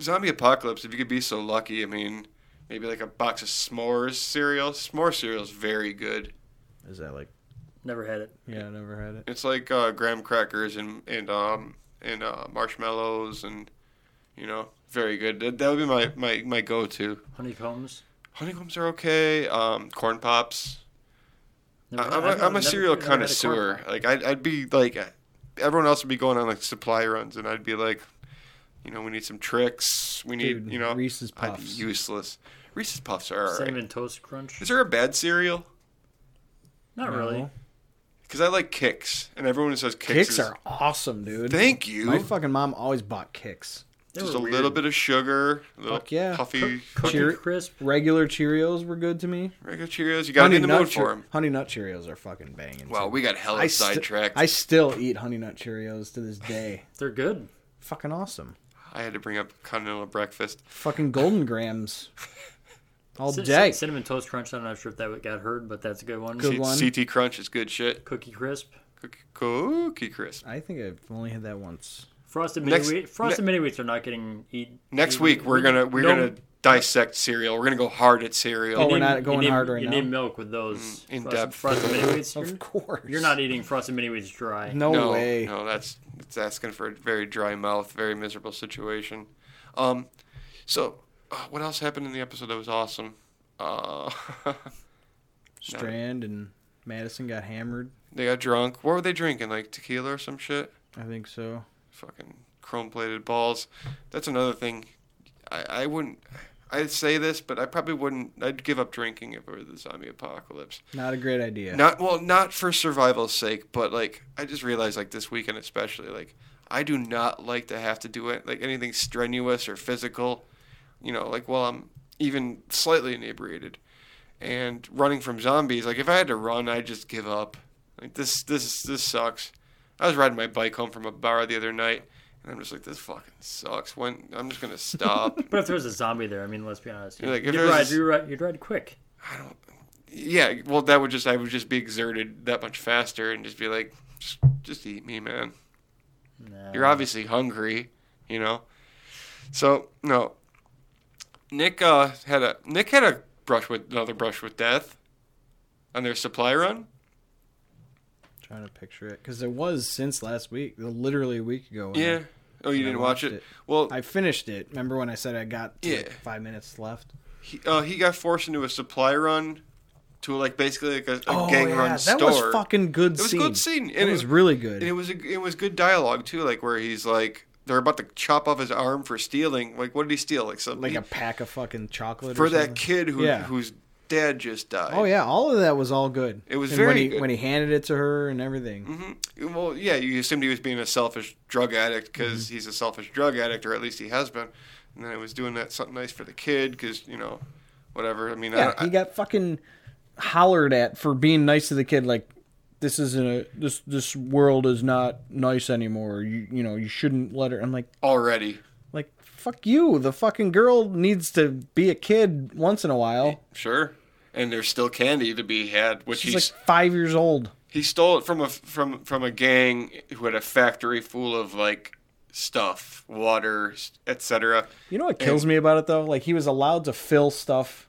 S1: zombie apocalypse. If you could be so lucky, I mean, maybe like a box of s'mores cereal. S'more cereal's very good.
S2: Is that like?
S4: Never had it.
S2: Yeah, I never had it.
S1: It's like uh, graham crackers and and um and uh, marshmallows and you know very good. That, that would be my my my go-to.
S4: Honeycombs.
S1: Honeycombs are okay. Um, corn pops. I,
S4: Never-
S1: I'm
S4: I've
S1: a, I'm
S4: never-
S1: a cereal
S4: never had a corn
S1: connoisseur.
S4: pop.
S1: Like I'd, I'd be like, everyone else would be going on like supply runs, and I'd be like, you know, we need some tricks. We need,
S2: Dude,
S1: you know,
S2: Reese's
S1: I'd be
S2: Puffs.
S1: useless. Reese's Puffs are alright.
S4: Cinnamon toast crunch.
S1: Is there a bad cereal?
S4: Not really.
S2: No.
S1: Because I like Kicks, and everyone says Kicks.
S2: Kicks
S1: is-
S2: are awesome, dude.
S1: Thank you.
S2: My fucking mom always bought kicks.
S4: They
S1: Just
S4: were
S1: a
S4: weird.
S1: little bit of sugar, a little
S2: Fuck yeah.
S1: puffy.
S2: Cheer- Regular Cheerios were good to me.
S1: Regular Cheerios, you gotta be in the
S2: Nut
S1: mood for
S2: Cheer-
S1: 'em.
S2: Honey Nut Cheerios are fucking banging.
S1: Wow,
S2: too.
S1: we got hella
S2: I sti-
S1: sidetracked.
S2: I still eat Honey Nut Cheerios to this day.
S4: They're good.
S2: Fucking awesome.
S1: I had to bring up continental breakfast.
S2: Fucking Golden
S4: (laughs)
S2: Grams. All
S4: Cin-
S2: day.
S4: cin- Cinnamon Toast Crunch. I'm not sure if that got heard, but that's a good one.
S1: C- CT Crunch is good shit.
S4: Cookie Crisp.
S1: Cookie, cookie Crisp.
S2: I think I've only had that once.
S4: Frosted mini
S1: Next-
S4: wheat. Frosted mini wheats are not getting eat.
S1: Next
S4: eaten.
S1: week we're gonna we're
S4: No-
S1: gonna dissect cereal. We're gonna go hard at cereal.
S2: Oh, we're
S4: You need-
S2: not
S4: you
S2: going
S4: need-
S2: hard right
S4: you
S2: now.
S4: need milk with those
S1: Mm, in
S4: frosted,
S1: depth.
S4: frosted mini
S2: (laughs)
S4: wheats.
S2: Of
S4: You're-
S2: course.
S4: You're not eating frosted mini wheats dry.
S1: no No, that's it's asking for a very dry mouth, very miserable situation. Um, so uh, what else happened in the episode that was awesome? Uh, (laughs)
S2: Strand and Madison got hammered.
S1: they got drunk. What were they drinking? Like tequila or some shit?
S2: I think so.
S1: Fucking chrome plated balls. That's another thing. I, I wouldn't. I'd say this, but I probably wouldn't. I'd give up drinking if it were the zombie apocalypse.
S2: Not a great idea.
S1: Not well, not for survival's sake, but like I just realized like this weekend especially, like I do not like to have to do it like anything strenuous or physical, you know, like while I'm even slightly inebriated. And running from zombies, like if I had to run, I'd just give up. Like this this this sucks. I was riding my bike home from a bar the other night and I'm just like, this fucking sucks. When I'm just gonna stop.
S4: But if there was a zombie there, I mean, let's be honest.
S1: You're like, if
S4: you'd,
S1: there's a
S4: ride,
S1: s-
S4: you'd, ride, you'd ride quick.
S1: yeah, well that would just I would just be exerted that much faster and just be like, just, just eat me, man. You're obviously hungry, you know. So no, Nick uh, had a Nick had a brush with another brush with death on their supply run.
S2: trying to picture it because it was since last week, literally a week ago. when I-
S1: Yeah. Oh, you
S2: when I
S1: didn't watch
S2: watched
S1: it? Well,
S2: I finished it. Remember when I said I got to, like,
S1: Yeah.
S2: five minutes left?
S1: He, uh, he got forced into a supply run to like basically like a, a
S2: Oh,
S1: gang
S2: yeah,
S1: run
S2: that
S1: store.
S2: was fucking good
S1: It was
S2: scene.
S1: good scene.
S2: It was really
S1: And
S2: good.
S1: it was a, it was good dialogue too, like where he's like they're about to chop off his arm for stealing. Like what did he steal? Like something
S2: Like a pack of fucking chocolate
S1: for
S2: or
S1: that
S2: something?
S1: kid who
S2: Yeah.
S1: whose dad just died.
S2: Oh yeah, all of that was all good.
S1: It was
S2: and when
S1: very
S2: he,
S1: good.
S2: when he handed it to her and everything.
S1: Mm-hmm. Well, yeah, you assumed he was being a selfish drug addict because
S2: Mm-hmm.
S1: he's a selfish drug addict, or at least he has been. And then it was doing that something nice for the kid because you know, whatever. I mean,
S2: Yeah,
S1: I,
S2: he got fucking hollered at for being nice to the kid. Like this isn't a this this world is not nice anymore. You you know you shouldn't let her. I'm like
S1: I- already
S2: like fuck you. The fucking girl needs to be a kid once in a while.
S1: sure, and there's still candy to be had, which
S2: She's
S1: he's
S2: like five years old.
S1: He stole it from a from from a gang who had a factory full of like stuff, water, etc.
S2: You know what kills me about it though? Like he was allowed to fill stuff.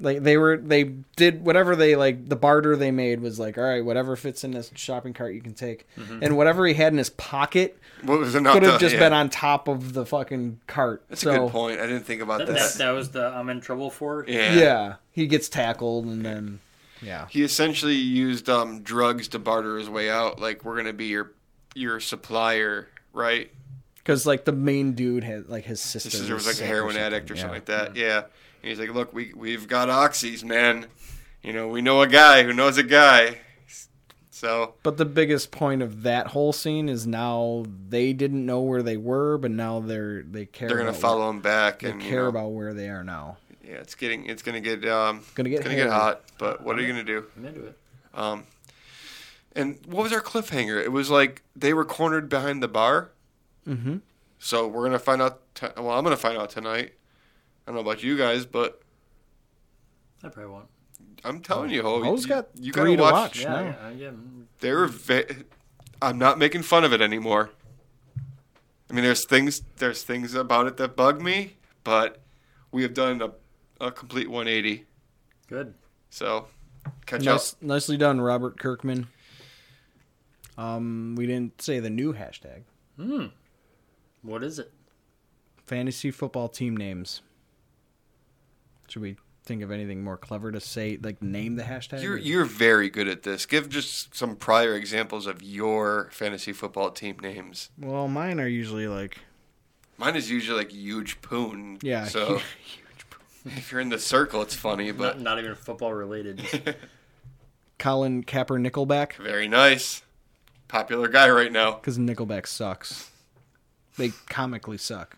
S2: Like they were, they did whatever they like. The barter they made was like, all right, whatever fits in this shopping cart, you can take,
S1: Mhm.
S2: and whatever he had in his pocket
S1: What was
S2: could (laughs)
S1: enough
S2: have
S1: to-
S2: just
S1: Oh, yeah.
S2: been on top of the fucking cart.
S1: That's
S2: so,
S1: a good point. I didn't think about
S4: That,
S1: that.
S4: that, that was the I'm in trouble for.
S1: Yeah.
S2: Yeah, he gets tackled and then yeah.
S1: He essentially used um, drugs to barter his way out. Like we're gonna be your your supplier, right?
S2: Because like the main dude had like his sister.
S1: His sister was like a
S2: sick or
S1: heroin
S2: something,
S1: addict or
S2: yeah.
S1: something like that. Yeah. And he's like, look, we we've got oxys, man. You know, we know a guy who knows a guy. So
S2: But the biggest point of that whole scene is now they didn't know where they were, but now they're they care.
S1: They're gonna
S2: about
S1: follow
S2: where-
S1: him back
S2: They
S1: and, you
S2: care
S1: know.
S2: about where they are now.
S1: yeah, it's getting it's gonna get um
S2: Gonna get
S1: it's gonna get
S2: hairy.
S1: hot. But what are you gonna do?
S4: I'm into it.
S1: Um, and what was our cliffhanger? It was like they were cornered behind the bar.
S2: Mm-hmm.
S1: So we're gonna find out. T- well, I'm gonna find out tonight. I don't know about you guys, but
S4: I probably won't.
S1: I'm telling you, Ho,
S2: Ho's
S1: you,
S2: got
S1: you
S2: three to
S1: gotta watch.
S2: watch
S4: Yeah,
S2: now.
S4: yeah, yeah, mm.
S1: They were. Va- I'm not making fun of it anymore. I mean, there's things there's things about it that bug me, but we have done a, a complete 180.
S4: Good.
S1: So catch
S2: Nice,
S1: up.
S2: nicely done, Robert Kirkman. Um, we didn't say the new hashtag.
S4: Hmm. What is it?
S2: Fantasy football team names. Should we think of anything more clever to say? Like name the hashtag.
S1: You're you're very good at this. Give just some prior examples of your fantasy football team names.
S2: well, mine are usually like
S1: Mine is usually like huge poon.
S2: Yeah,
S1: So
S2: (laughs) huge
S1: if you're in the circle, it's funny, but
S4: Not, not even
S1: (laughs)
S4: football related.
S2: Colin Capper Nickelback
S1: very nice. Popular guy right now.
S2: because Nickelback sucks. They comically suck.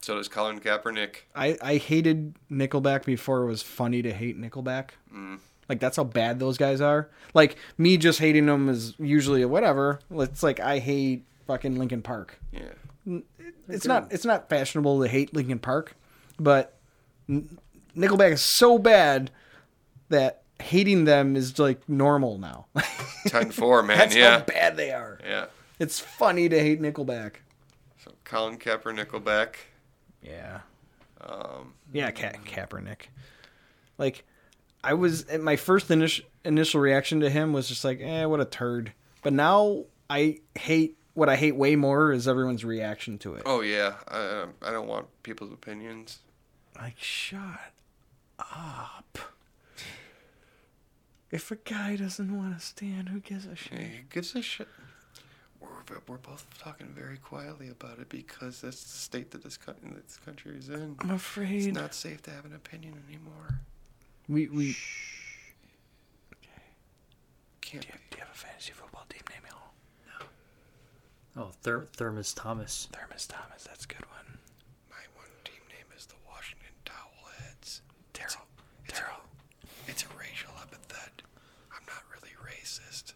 S1: So does Colin Kaepernick.
S2: I, I hated Nickelback before it was funny to hate Nickelback.
S1: Mm.
S2: Like that's how bad those guys are. Like me just hating them is usually a whatever. It's like I hate fucking Linkin Park.
S1: Yeah.
S2: N- It's not it's not fashionable to hate Linkin Park, but N- Nickelback is so bad that hating them is like normal now. (laughs)
S1: 10 4, man.
S2: That's how
S1: yeah.
S2: bad they are.
S1: Yeah.
S2: it's funny to hate Nickelback.
S1: So Colin Kaepernick Nickelback.
S2: Yeah.
S1: Um,
S2: Yeah, Ka- Kaepernick. Like, I was and my first initial initial reaction to him was just like, eh, what a turd. But now I hate what I hate way more is everyone's reaction to it.
S1: oh, yeah. I, um, I don't want people's opinions.
S2: Like, shut up. If a guy doesn't want to stand, who gives a shit?
S1: Who gives a shit? We're, we're both talking very quietly about it because that's the state that this, coun- that this country is in.
S2: I'm afraid-
S1: It's not safe to have an opinion anymore.
S2: We we
S1: Can't be.
S2: have a fantasy football team name at all?
S4: Oh, Ther- Thermos Thomas.
S2: Thermos Thomas, that's a good one.
S1: Team name is the Washington Towelheads. Daryl. Daryl. It's a racial epithet. I'm not really racist.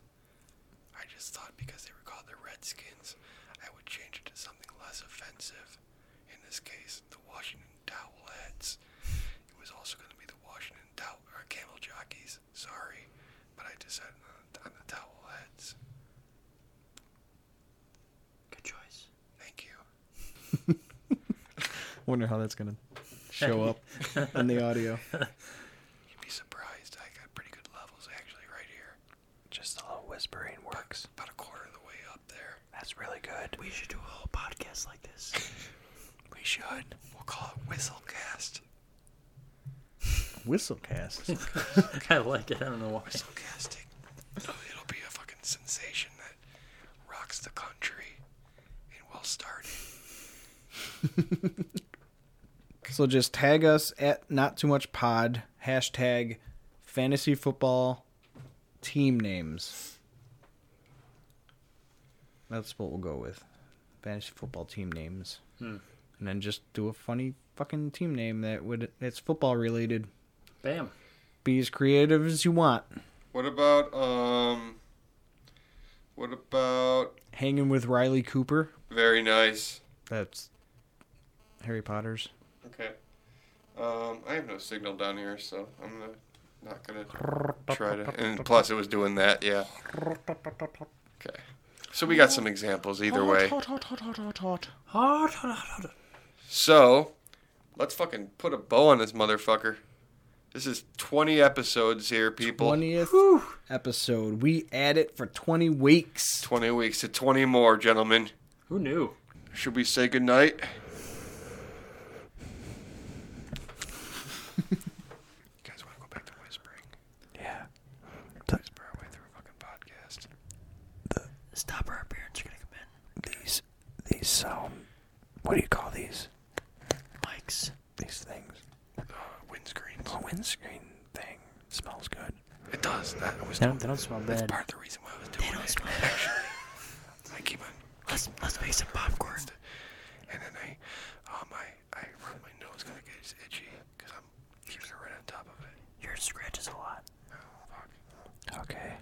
S1: I just thought because they were called the Redskins, I would change it to something less offensive. In this case, the Washington Towelheads. It was also going to be the Washington Towel or Camel Jockeys. Sorry, but I decided on the, on the Towelheads. Good choice. Thank you.
S2: Wonder how that's gonna show up in the audio.
S1: (laughs) You'd be surprised. I got pretty good levels actually right here. Just a little whispering works. About a quarter of the way up there. That's really good. We should do a whole podcast like this. (laughs) we should. We'll call it Whistlecast.
S2: Whistlecast.
S4: (laughs) I like it. I don't know why.
S1: Whistlecasting. It'll, it'll be a fucking sensation that rocks the country. And we'll start it.
S2: So just tag us at not too much pod hashtag fantasy football team names. That's what we'll go with. Fantasy football team names.
S4: Hmm.
S2: And then just do a funny fucking team name that would that's football related.
S4: Bam.
S2: Be as creative as you want.
S1: What about, um. What about.
S2: Hanging with Riley Cooper.
S1: Very nice.
S2: That's Harry Potter's.
S1: Okay. Um, I have no signal down here, so I'm not, not gonna try to. And plus, it was doing that, yeah. Okay. So we got some examples either way.
S2: Hot, hot, hot, hot, hot, hot.
S4: Hot, hot, hot, hot.
S1: So, let's fucking put a bow on this motherfucker. This is 20 episodes here, people. 20,
S2: Twentieth episode. We at it for twenty weeks.
S1: weeks to 20 more, gentlemen.
S4: Who knew?
S1: Should we say goodnight? guys want to go back to whispering?
S2: Yeah.
S1: Whisper our way through a fucking podcast.
S4: Stop our parents are gonna come
S2: These these um what do you call these?
S4: in. Mics.
S2: These things.
S1: Windscreens.
S2: The windscreen thing smells good.
S1: It does. That was
S3: They don't, they don't smell
S1: That's
S3: bad.
S1: part of the reason why I was doing they don't it. Smell actually, I keep on. Let's let's make some popcorn. And then I, um, I, I rub my nose gonna get it's itchy because I'm keeping it right on top of it.
S3: Yours scratches a lot.
S1: Oh fuck.
S2: Okay.